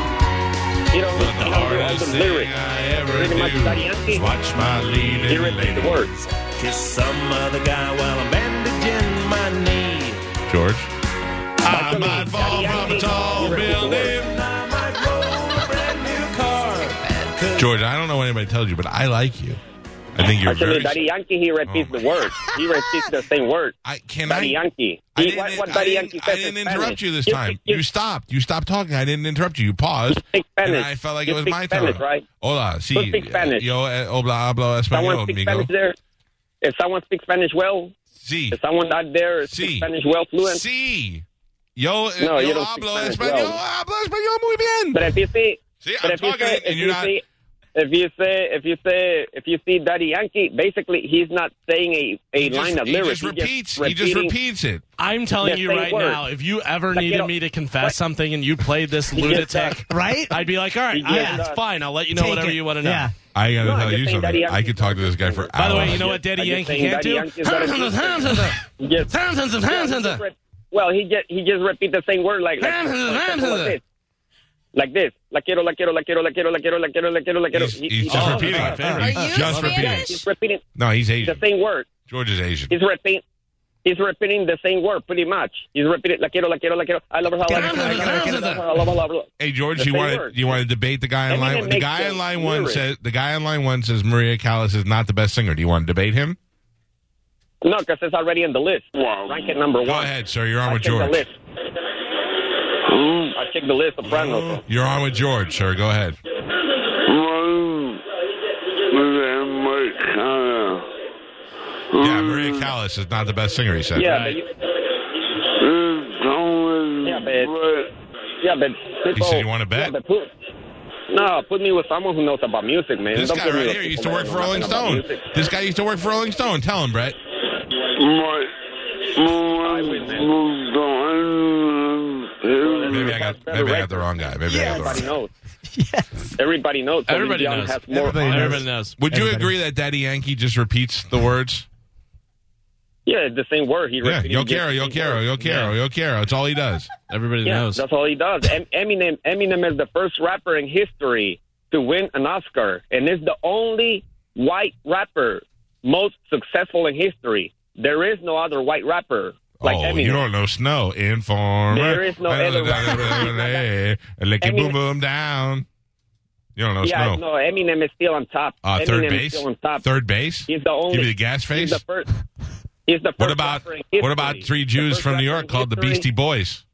Speaker 8: He don't,
Speaker 2: But the
Speaker 8: he don't do all
Speaker 2: hardest
Speaker 8: the
Speaker 2: thing
Speaker 8: lyrics.
Speaker 2: I ever
Speaker 8: Pretty much Daddy
Speaker 2: do
Speaker 8: Yankee.
Speaker 2: is watch my
Speaker 8: He
Speaker 2: leading
Speaker 8: repeats the
Speaker 2: lady.
Speaker 8: words.
Speaker 10: kiss some other guy while I'm bandaging my knee.
Speaker 2: George. I
Speaker 8: Michael
Speaker 2: might
Speaker 8: Lee,
Speaker 2: fall
Speaker 8: Daddy
Speaker 2: from a
Speaker 8: Yankee.
Speaker 2: tall
Speaker 8: He repeats the
Speaker 2: building.
Speaker 10: And I might roll a brand new car.
Speaker 2: George, I don't know what anybody tells you, but I like you. I think you're
Speaker 8: Actually,
Speaker 2: very.
Speaker 8: Daddy Yankee, he repeats
Speaker 2: Oh,
Speaker 8: the word. He repeats the same word.
Speaker 2: I can
Speaker 8: Daddy
Speaker 2: I.
Speaker 8: Yankee.
Speaker 2: I
Speaker 8: He-
Speaker 2: didn't,
Speaker 8: what, what
Speaker 2: I
Speaker 8: Daddy
Speaker 2: didn't-
Speaker 8: Yankee
Speaker 2: I
Speaker 8: says
Speaker 2: didn't
Speaker 8: in
Speaker 2: interrupt
Speaker 8: Spanish.
Speaker 2: you this
Speaker 8: You
Speaker 2: time.
Speaker 8: speak-
Speaker 2: You,
Speaker 8: you
Speaker 2: stopped. You stopped talking. I didn't interrupt you. You paused.
Speaker 8: speak
Speaker 2: And
Speaker 8: Spanish.
Speaker 2: I felt like
Speaker 8: you
Speaker 2: it was
Speaker 8: speak
Speaker 2: my
Speaker 8: Spanish,
Speaker 2: turn.
Speaker 8: right?
Speaker 2: Hola, sí.
Speaker 8: Who speaks Spanish?
Speaker 2: Yo eh, hablo, hablo
Speaker 8: Someone
Speaker 2: español,
Speaker 8: speaks
Speaker 2: amigo.
Speaker 8: Spanish there. If someone speaks Spanish well,
Speaker 2: Sí.
Speaker 8: if someone out there speaks
Speaker 2: Sí.
Speaker 8: Spanish well fluent,
Speaker 2: Sí. Yo, eh,
Speaker 8: No, you
Speaker 2: yo
Speaker 8: don't speak
Speaker 2: hablo
Speaker 8: Spanish
Speaker 2: español.
Speaker 8: well.
Speaker 2: Hablo español muy bien.
Speaker 8: but if you see,
Speaker 2: See,
Speaker 8: but
Speaker 2: I'm
Speaker 8: if you
Speaker 2: talking
Speaker 8: say,
Speaker 2: and
Speaker 8: if
Speaker 2: you're
Speaker 8: you
Speaker 2: not-
Speaker 8: see, if you say, if you say, if you see Daddy Yankee, basically he's not saying a, a
Speaker 2: He just-
Speaker 8: line of
Speaker 2: he
Speaker 8: lyrics.
Speaker 2: just repeats. He just
Speaker 8: repeating-
Speaker 2: repeats it.
Speaker 3: I'm telling
Speaker 8: The
Speaker 3: you
Speaker 8: same
Speaker 3: right
Speaker 8: word.
Speaker 3: now, if you ever
Speaker 8: Like, you
Speaker 3: needed
Speaker 8: know,
Speaker 3: me to confess
Speaker 8: what-
Speaker 3: something and you played this
Speaker 8: He gets
Speaker 3: lunatic,
Speaker 5: Right?
Speaker 3: I'd be like, all right,
Speaker 8: He
Speaker 3: I,
Speaker 8: gets
Speaker 3: it's
Speaker 8: that.
Speaker 3: fine. I'll let you know
Speaker 5: Take
Speaker 3: whatever
Speaker 5: it.
Speaker 3: you want to know.
Speaker 5: Yeah.
Speaker 2: I gotta
Speaker 8: No, I'm
Speaker 2: tell
Speaker 8: just
Speaker 2: you
Speaker 8: saying
Speaker 2: something.
Speaker 8: Daddy
Speaker 2: I could
Speaker 8: Yankee's
Speaker 2: talk to
Speaker 8: not
Speaker 2: this guy for
Speaker 8: good.
Speaker 2: hours.
Speaker 3: By the way, you know
Speaker 8: Yeah.
Speaker 3: what Daddy
Speaker 8: I'm just
Speaker 3: Yankee
Speaker 8: saying
Speaker 3: can't
Speaker 8: Daddy
Speaker 3: do?
Speaker 8: Yankee's gotta do He just- Yeah, he just re- well, he just he just repeat the same word like like, like this. Like this, la quiero, la quiero, la quiero, la quiero, la quiero, la quiero, la quiero, la quiero.
Speaker 2: He's,
Speaker 8: He-
Speaker 2: he's
Speaker 8: he-
Speaker 2: just
Speaker 3: Oh,
Speaker 2: repeating
Speaker 3: my
Speaker 2: it.
Speaker 3: favorite.
Speaker 2: He's
Speaker 4: Are you
Speaker 2: just repeating
Speaker 4: Spanish?
Speaker 2: it.
Speaker 8: He's repeating
Speaker 2: No, he's
Speaker 8: the
Speaker 2: Asian.
Speaker 8: same word.
Speaker 2: George is Asian.
Speaker 8: He's repeating. He's repeating the same word pretty much. He's repeating la quiero, la quiero, la quiero. I love her. I love her, I love her, I love her, I love her, I love her.
Speaker 2: Hey George,
Speaker 8: The
Speaker 2: you
Speaker 8: same
Speaker 2: want to
Speaker 8: word.
Speaker 2: you want to debate the guy in
Speaker 8: Eminem
Speaker 2: line? The
Speaker 8: makes
Speaker 2: guy
Speaker 8: the
Speaker 2: in line one
Speaker 8: lyrics.
Speaker 2: says the guy in line one says Maria Callas is not the best singer. Do you want to debate him?
Speaker 8: No, because it's already in the list. Rank it number one.
Speaker 2: Go ahead, sir. You're on
Speaker 8: I
Speaker 2: with
Speaker 8: checked the
Speaker 2: George.
Speaker 8: list. I checked the list. Sopranos.
Speaker 2: Mm. You're on with George, sir. Go ahead.
Speaker 8: Mm.
Speaker 2: Yeah, Maria Callas is not the best singer. He said.
Speaker 8: Yeah, but you, yeah, but yeah, but
Speaker 2: He
Speaker 8: people,
Speaker 2: said you want to
Speaker 8: yeah,
Speaker 2: bet.
Speaker 8: but put, no, put me with someone who knows about music, man.
Speaker 2: This
Speaker 8: Don't
Speaker 2: guy
Speaker 8: put me
Speaker 2: right
Speaker 8: with
Speaker 2: here
Speaker 8: people
Speaker 2: used to
Speaker 8: that
Speaker 2: work
Speaker 8: know
Speaker 2: for Rolling
Speaker 8: nothing about
Speaker 2: Stone.
Speaker 8: music.
Speaker 2: This guy used to work for Rolling Stone. Tell him, Brett.
Speaker 8: I would, man.
Speaker 2: Maybe I got maybe I got the wrong guy. Maybe I got the wrong.
Speaker 8: Everybody knows. Everybody
Speaker 3: Everybody
Speaker 8: knows. Celine Dion
Speaker 3: knows.
Speaker 8: Has more
Speaker 5: Everybody
Speaker 3: Everybody knows.
Speaker 2: Would you
Speaker 5: Everybody.
Speaker 2: agree that Daddy Yankee just repeats the words?
Speaker 8: Yeah, it's the same word. He
Speaker 2: Yeah,
Speaker 8: repeated
Speaker 2: yo
Speaker 8: the
Speaker 2: quiero, yo
Speaker 8: same
Speaker 2: quiero,
Speaker 8: word.
Speaker 2: yo quiero, yo quiero. It's all he does.
Speaker 3: Everybody
Speaker 8: Yeah,
Speaker 3: knows.
Speaker 8: that's all he does. Em- Eminem, Eminem is the first rapper in history to win an Oscar, and is the only white rapper most successful in history. There is no other white rapper like
Speaker 2: oh,
Speaker 8: Eminem.
Speaker 2: you don't know snow. Informer.
Speaker 8: There is no other
Speaker 2: Licky
Speaker 8: Eminem-
Speaker 2: boom boom down. You don't know
Speaker 8: yeah,
Speaker 2: snow.
Speaker 8: no, Eminem is still on top.
Speaker 2: Uh,
Speaker 8: Eminem
Speaker 2: third
Speaker 8: is
Speaker 2: base.
Speaker 8: still on top.
Speaker 2: Third base.
Speaker 8: He's the only.
Speaker 2: Give you the gas face.
Speaker 8: He's the first. He's the
Speaker 2: What
Speaker 8: first
Speaker 2: about
Speaker 8: rapper in
Speaker 2: what
Speaker 8: history.
Speaker 2: about three
Speaker 8: The
Speaker 2: Jews
Speaker 8: first
Speaker 2: from New
Speaker 8: rapper
Speaker 2: York
Speaker 8: in
Speaker 2: called the
Speaker 8: history-
Speaker 2: Beastie Boys?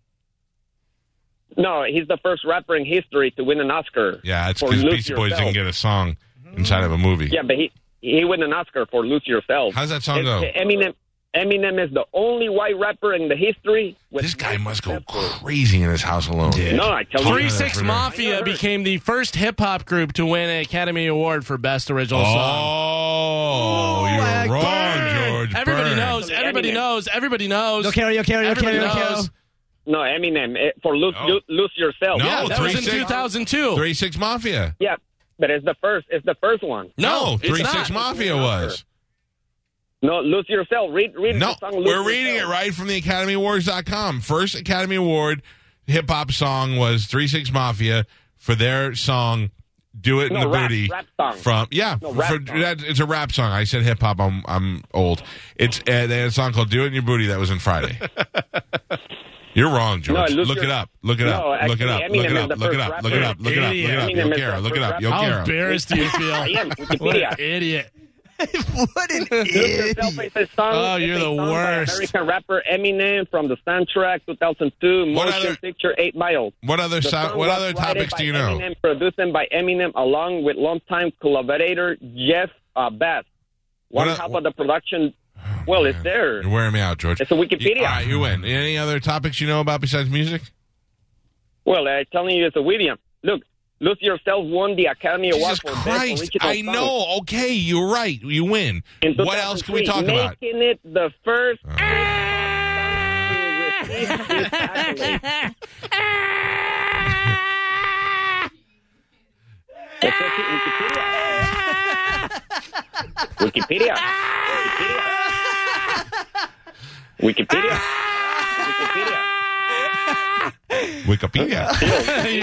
Speaker 8: No, he's the first rapper in history to win an Oscar.
Speaker 2: Yeah, it's
Speaker 8: for
Speaker 2: because
Speaker 8: Lose
Speaker 2: Beastie Boys
Speaker 8: Yourself.
Speaker 2: didn't get a song inside of a movie.
Speaker 8: Yeah, but he he won an Oscar for "Lose Yourself."
Speaker 2: How's that song
Speaker 8: And
Speaker 2: go?
Speaker 8: Eminem Eminem is the only white rapper in the history. With
Speaker 2: This guy must go crazy in his house alone.
Speaker 8: No, I tell you,
Speaker 2: Talking
Speaker 3: Three
Speaker 2: to
Speaker 3: Six
Speaker 2: that
Speaker 3: Mafia became the first hip hop group to win an Academy Award for Best Original Song.
Speaker 2: Oh, you were wrong, George.
Speaker 3: Everybody
Speaker 2: Burns.
Speaker 3: knows. Everybody
Speaker 8: Eminem.
Speaker 3: knows. Everybody knows.
Speaker 5: Yo quiero, yo quiero, yo
Speaker 3: Everybody
Speaker 5: quiero, yo quiero.
Speaker 3: knows.
Speaker 8: no Eminem eh, for "Lose
Speaker 2: No.
Speaker 8: Lo- Lose Yourself."
Speaker 2: Oh. No,
Speaker 3: Yeah, that
Speaker 2: Oh, Three
Speaker 3: was in
Speaker 2: Six-
Speaker 3: 2002.
Speaker 2: Three Six Mafia.
Speaker 8: Yeah, but it's the first. It's the first one.
Speaker 3: no, it's
Speaker 2: Three
Speaker 3: not.
Speaker 2: Six Mafia was.
Speaker 8: No, "Lose Yourself." Read read
Speaker 2: No,
Speaker 8: the song. Lose
Speaker 2: we're reading it
Speaker 8: Yourself.
Speaker 2: right from the AcademyAwards.com. First Academy Award hip hop song was Three Six Mafia for their song "Do It in
Speaker 8: No,
Speaker 2: the
Speaker 8: rap-
Speaker 2: Booty."
Speaker 8: rap song.
Speaker 2: From yeah,
Speaker 8: No, rap
Speaker 2: for-
Speaker 8: song.
Speaker 2: that- it's a rap song. I said hip hop. I'm I'm old. It's uh, they had a song called "Do It in Your Booty" that was in Friday. You're wrong, George.
Speaker 8: No, Lucio-
Speaker 2: look it up. Look it up.
Speaker 8: No,
Speaker 2: look it
Speaker 8: actually,
Speaker 2: up.
Speaker 8: Eminem
Speaker 2: Look it
Speaker 8: is
Speaker 2: up.
Speaker 8: the
Speaker 2: Look it
Speaker 8: first
Speaker 2: up. Look it up.
Speaker 8: rapper.
Speaker 2: Look it up. Look it up.
Speaker 8: Eminem
Speaker 2: Yo
Speaker 8: is the
Speaker 2: quiero. Look it
Speaker 8: first
Speaker 2: up. Yo
Speaker 3: How
Speaker 2: quiero.
Speaker 3: embarrassed do you feel?
Speaker 8: I am
Speaker 3: What an
Speaker 8: Wikipedia.
Speaker 3: idiot.
Speaker 5: what an
Speaker 8: Lose
Speaker 5: idiot.
Speaker 8: Yourself is a song.
Speaker 3: Oh,
Speaker 8: it's
Speaker 3: you're
Speaker 8: a
Speaker 3: the
Speaker 8: song by
Speaker 3: worst.
Speaker 8: American rapper Eminem from the soundtrack 2002
Speaker 2: What
Speaker 8: motion
Speaker 2: other-
Speaker 8: picture Eight Miles.
Speaker 2: What other
Speaker 8: The
Speaker 2: so-
Speaker 8: song
Speaker 2: what
Speaker 8: was
Speaker 2: other
Speaker 8: written
Speaker 2: topics
Speaker 8: by
Speaker 2: do you know?
Speaker 8: Eminem, produced and by Eminem along with longtime collaborator Jeff uh, Bass.
Speaker 2: What
Speaker 8: One
Speaker 2: a- Oh,
Speaker 8: half of the production. well, it's
Speaker 2: man.
Speaker 8: there.
Speaker 2: You're wearing me out, George.
Speaker 8: It's a Wikipedia.
Speaker 2: You, all right, you win. Any other topics you know about besides music?
Speaker 8: Well, I'm telling you, it's a William. Look, Lose Yourself won the Academy Award
Speaker 2: Jesus
Speaker 8: for
Speaker 2: Christ!
Speaker 8: Best Original
Speaker 2: I
Speaker 8: Song.
Speaker 2: know. Okay, you're right. You win.
Speaker 8: In
Speaker 2: What else can we
Speaker 8: 2003,
Speaker 2: talk about?
Speaker 8: Making it the first.
Speaker 2: Oh.
Speaker 8: to receive this accolade. That's what it- Wikipedia. Wikipedia. Wikipedia. Wikipedia.
Speaker 2: Wikipedia.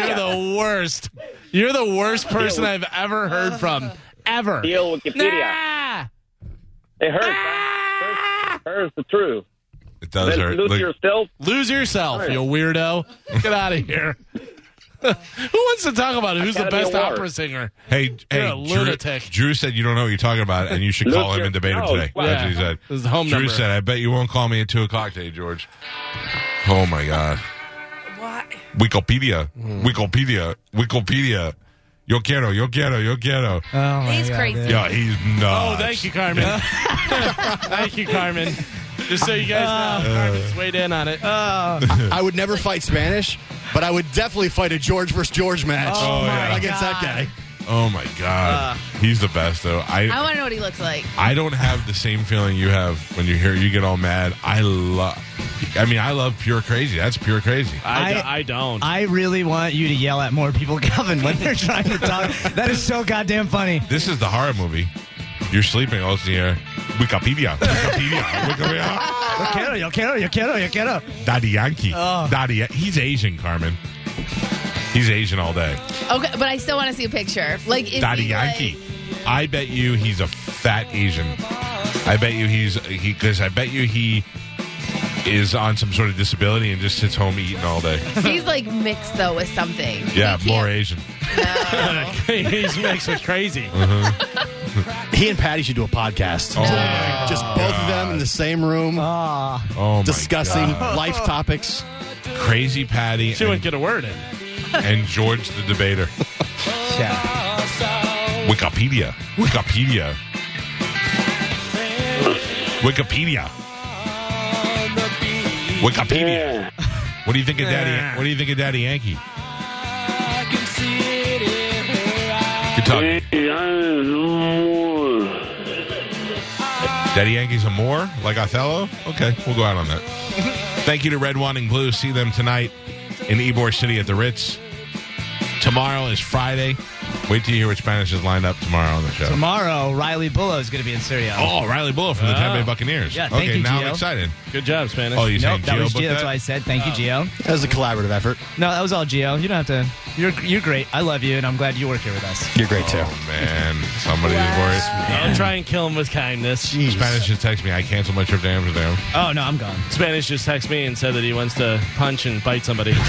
Speaker 3: You're the worst. You're the worst person I've ever heard from. Ever. Ah,
Speaker 8: Deal Wikipedia.
Speaker 3: Nah.
Speaker 8: It hurts. huh? Hurts, hurts the truth.
Speaker 2: it does
Speaker 8: Then
Speaker 2: hurt.
Speaker 8: lose
Speaker 2: Look,
Speaker 8: yourself.
Speaker 3: Lose yourself, you weirdo. Get out of here. Who wants to talk about who's the
Speaker 8: Academy
Speaker 3: best
Speaker 8: Award.
Speaker 3: opera singer?
Speaker 2: hey,
Speaker 3: You're
Speaker 2: hey,
Speaker 3: a
Speaker 2: Drew,
Speaker 3: lunatic.
Speaker 2: Drew said you don't know what you're talking about, and you should
Speaker 8: Lose
Speaker 2: call him
Speaker 8: your-
Speaker 2: and debate him
Speaker 8: no,
Speaker 2: today.
Speaker 8: wow.
Speaker 2: That's what he said.
Speaker 3: This is the home
Speaker 2: Drew
Speaker 3: number.
Speaker 2: said, "I bet you won't call me at two o'clock today, George." Oh my God! What? Wikipedia,
Speaker 3: Hmm.
Speaker 2: Wikipedia, Wikipedia. Yo quiero, yo quiero, yo quiero.
Speaker 5: Oh my
Speaker 4: He's
Speaker 5: God,
Speaker 4: crazy.
Speaker 5: dude.
Speaker 2: Yeah, he's
Speaker 3: Uh, Oh,
Speaker 2: nuts.
Speaker 3: thank you, Carmen. thank you, Carmen. Just so you guys
Speaker 2: Uh,
Speaker 3: know, Carmen's weighed in on it.
Speaker 6: I would never fight Spanish, but I would definitely fight a George versus George match
Speaker 2: Oh, yeah.
Speaker 6: against that guy.
Speaker 2: Oh my God, he's the best though.
Speaker 4: I
Speaker 2: I
Speaker 4: want to know what he looks like.
Speaker 2: I don't have the same feeling you have when you hear you get all mad. I love. I mean, I love pure crazy. That's pure crazy.
Speaker 3: I,
Speaker 5: I-
Speaker 3: I don't.
Speaker 5: I really want you to yell at more people coming when they're trying to talk. That is so goddamn funny.
Speaker 2: This is the horror movie. You're sleeping all the air. Wikipedia, Wikipedia, Wikipedia.
Speaker 5: Yo quiero, yo quiero, yo quiero, yo quiero.
Speaker 2: Daddy Yankee.
Speaker 5: Oh.
Speaker 2: Daddy, he's Asian, Carmen. He's Asian all day.
Speaker 4: Okay, but I still want to see a picture. Like, is
Speaker 2: Daddy
Speaker 4: he, like-
Speaker 2: Yankee. I bet you he's a fat Asian. I bet you he's he because I bet you he is on some sort of disability and just sits home eating all day.
Speaker 4: he's like mixed though with something.
Speaker 2: Yeah,
Speaker 4: He
Speaker 2: more
Speaker 4: can't-
Speaker 2: Asian.
Speaker 3: He's makes me crazy.
Speaker 6: He and Patty should do a podcast.
Speaker 2: Oh,
Speaker 6: Just both of them in the same room,
Speaker 5: Ah,
Speaker 2: oh my
Speaker 6: discussing
Speaker 2: God.
Speaker 6: life topics.
Speaker 2: crazy Patty
Speaker 3: She
Speaker 2: and,
Speaker 3: wouldn't get a word in.
Speaker 2: and George the debater.
Speaker 5: yeah.
Speaker 2: Wikipedia. Wikipedia. Wikipedia. Wikipedia. What do you think of Daddy? What do you think of Daddy Yankee? Good talking. Daddy Yankee's a Moor, like Othello? Okay, we'll go out on that. Thank you to Red, Wine, and Blue. See them tonight in Ybor City at the Ritz. Tomorrow is Friday. Wait till you hear what Spanish is lined up tomorrow on the show.
Speaker 5: Tomorrow, Riley Bullo is going to be in Syria.
Speaker 2: Oh, Riley Bull from the Tampa Bay
Speaker 3: Oh.
Speaker 2: Buccaneers.
Speaker 5: Yeah, thank
Speaker 2: okay,
Speaker 5: you,
Speaker 2: now I'm
Speaker 5: Gio.
Speaker 2: excited.
Speaker 3: Good job, Spanish.
Speaker 2: Oh, you're saying
Speaker 5: Nope, that
Speaker 2: Gio
Speaker 5: was
Speaker 2: booked
Speaker 5: Gio. That's
Speaker 2: that?
Speaker 5: why I said thank you, Gio.
Speaker 6: That was a collaborative effort.
Speaker 5: No, that was all Gio. You don't have to. You're you're great. I love you, and I'm glad you work here with us.
Speaker 6: You're great too.
Speaker 2: Oh man, somebody's worried.
Speaker 3: Don't try and kill him with kindness.
Speaker 2: Spanish just texted me. I canceled my trip to Amsterdam.
Speaker 5: Oh no, I'm gone.
Speaker 3: Spanish just texted me and said that he wants to punch and bite somebody.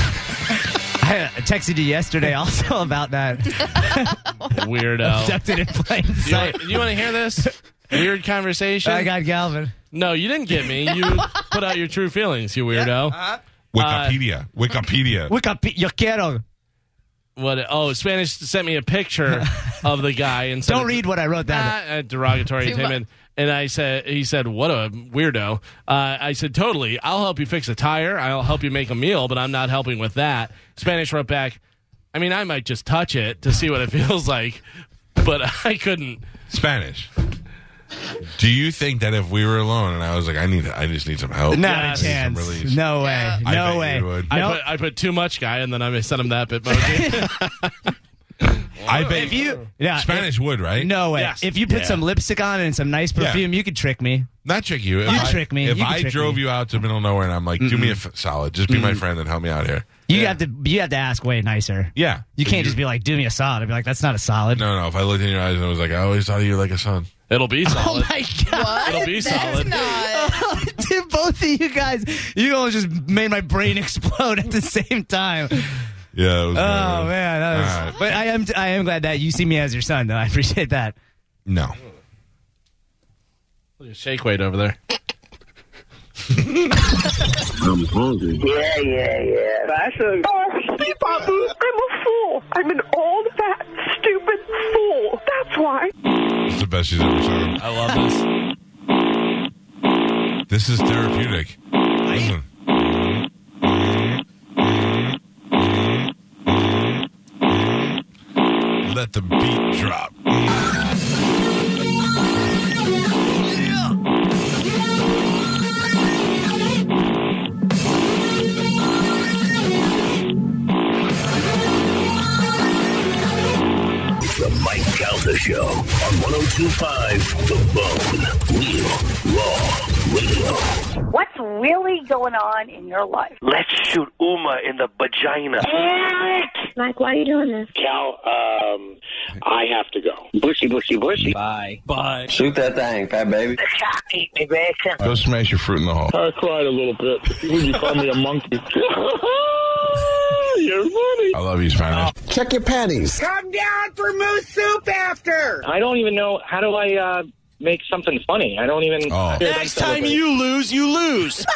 Speaker 5: I uh, texted you yesterday also about that
Speaker 3: Weirdo.
Speaker 5: abducted in plain
Speaker 3: Oh. You
Speaker 5: sight.
Speaker 3: want to hear this? Weird conversation.
Speaker 5: I got Galvin.
Speaker 3: No, you didn't get me. You put out your true feelings, you weirdo.
Speaker 5: uh-huh. Uh,
Speaker 2: Wikipedia. Wikipedia.
Speaker 5: Wikipedia. Yo quiero.
Speaker 3: What? Oh, Spanish sent me a picture of the guy and said,
Speaker 5: Don't read what I wrote down.
Speaker 3: Ah, uh, derogatory
Speaker 4: Too
Speaker 3: attainment. And I said, he said, what a weirdo. Uh, I said, totally. I'll help you fix a tire. I'll help you make a meal, but I'm not helping with that. Spanish wrote back, I mean, I might just touch it to see what it feels like, but I couldn't.
Speaker 2: Spanish. Do you think that if we were alone and I was like, I need, I just need some help.
Speaker 5: Not
Speaker 3: Yes.
Speaker 5: a chance.
Speaker 2: Release.
Speaker 5: No way.
Speaker 4: Yeah.
Speaker 2: I bet
Speaker 5: No
Speaker 2: you
Speaker 5: way.
Speaker 2: would.
Speaker 3: I,
Speaker 5: Nope.
Speaker 3: put, I put too much guy, and then I sent him that bit. emoji.
Speaker 2: I bet
Speaker 5: If you yeah, if-
Speaker 2: Spanish would, right?
Speaker 5: no way.
Speaker 3: Yes.
Speaker 5: If you put
Speaker 3: Yeah.
Speaker 5: some lipstick on and some nice perfume, you could trick me.
Speaker 2: not trick you. If
Speaker 5: You
Speaker 2: I,
Speaker 5: trick me.
Speaker 2: If
Speaker 5: You can
Speaker 2: I
Speaker 5: trick
Speaker 2: drove
Speaker 5: me.
Speaker 2: you out to middle of nowhere and I'm like, do me a f- solid, just be my friend and help me out here.
Speaker 5: You have to you have to ask way nicer.
Speaker 2: Yeah,
Speaker 5: You can't
Speaker 2: If
Speaker 5: just be like, do me a solid. I'd be like, that's not a solid.
Speaker 2: No, no. If I looked in your eyes and I was like, I always thought of you like a son.
Speaker 3: It'll be
Speaker 5: Oh
Speaker 3: solid.
Speaker 5: my god.
Speaker 4: What?
Speaker 3: It'll be
Speaker 4: That's
Speaker 3: solid.
Speaker 4: not-
Speaker 5: Dude, both of you guys, you all just made my brain explode at the same time.
Speaker 2: Yeah. It was
Speaker 5: Oh man, that was,
Speaker 2: All right.
Speaker 5: but I am I am glad that you see me as your son, though. I appreciate that.
Speaker 2: No.
Speaker 3: Look at Shake weight over there.
Speaker 8: Yeah, yeah, yeah. That's a.
Speaker 11: Oh, see, Babu, I'm a fool. I'm an old, fat, stupid fool. That's why.
Speaker 2: It's the best she's ever sung.
Speaker 3: I love this.
Speaker 2: This is therapeutic. Listen. Let the beat drop.
Speaker 10: The Mike Calta Show on 1025 The Bone. Real, raw, radio.
Speaker 11: What's really going on in your life?
Speaker 10: Let's shoot Uma in the vagina.
Speaker 11: Eric! Mike, why are you doing this?
Speaker 8: Cal, um, I have to go. Bushy, bushy, bushy. Bye.
Speaker 3: Bye.
Speaker 8: Shoot that thing, fat baby.
Speaker 11: Eat me, bacon.
Speaker 2: Go smash your fruit in the hole.
Speaker 8: I cried a little bit. Would you call me a monkey? You're funny.
Speaker 2: I love you, Spanish.
Speaker 8: I don't even know. How do I uh, make something funny? I don't even.
Speaker 2: Oh.
Speaker 3: Next time you lose, you lose.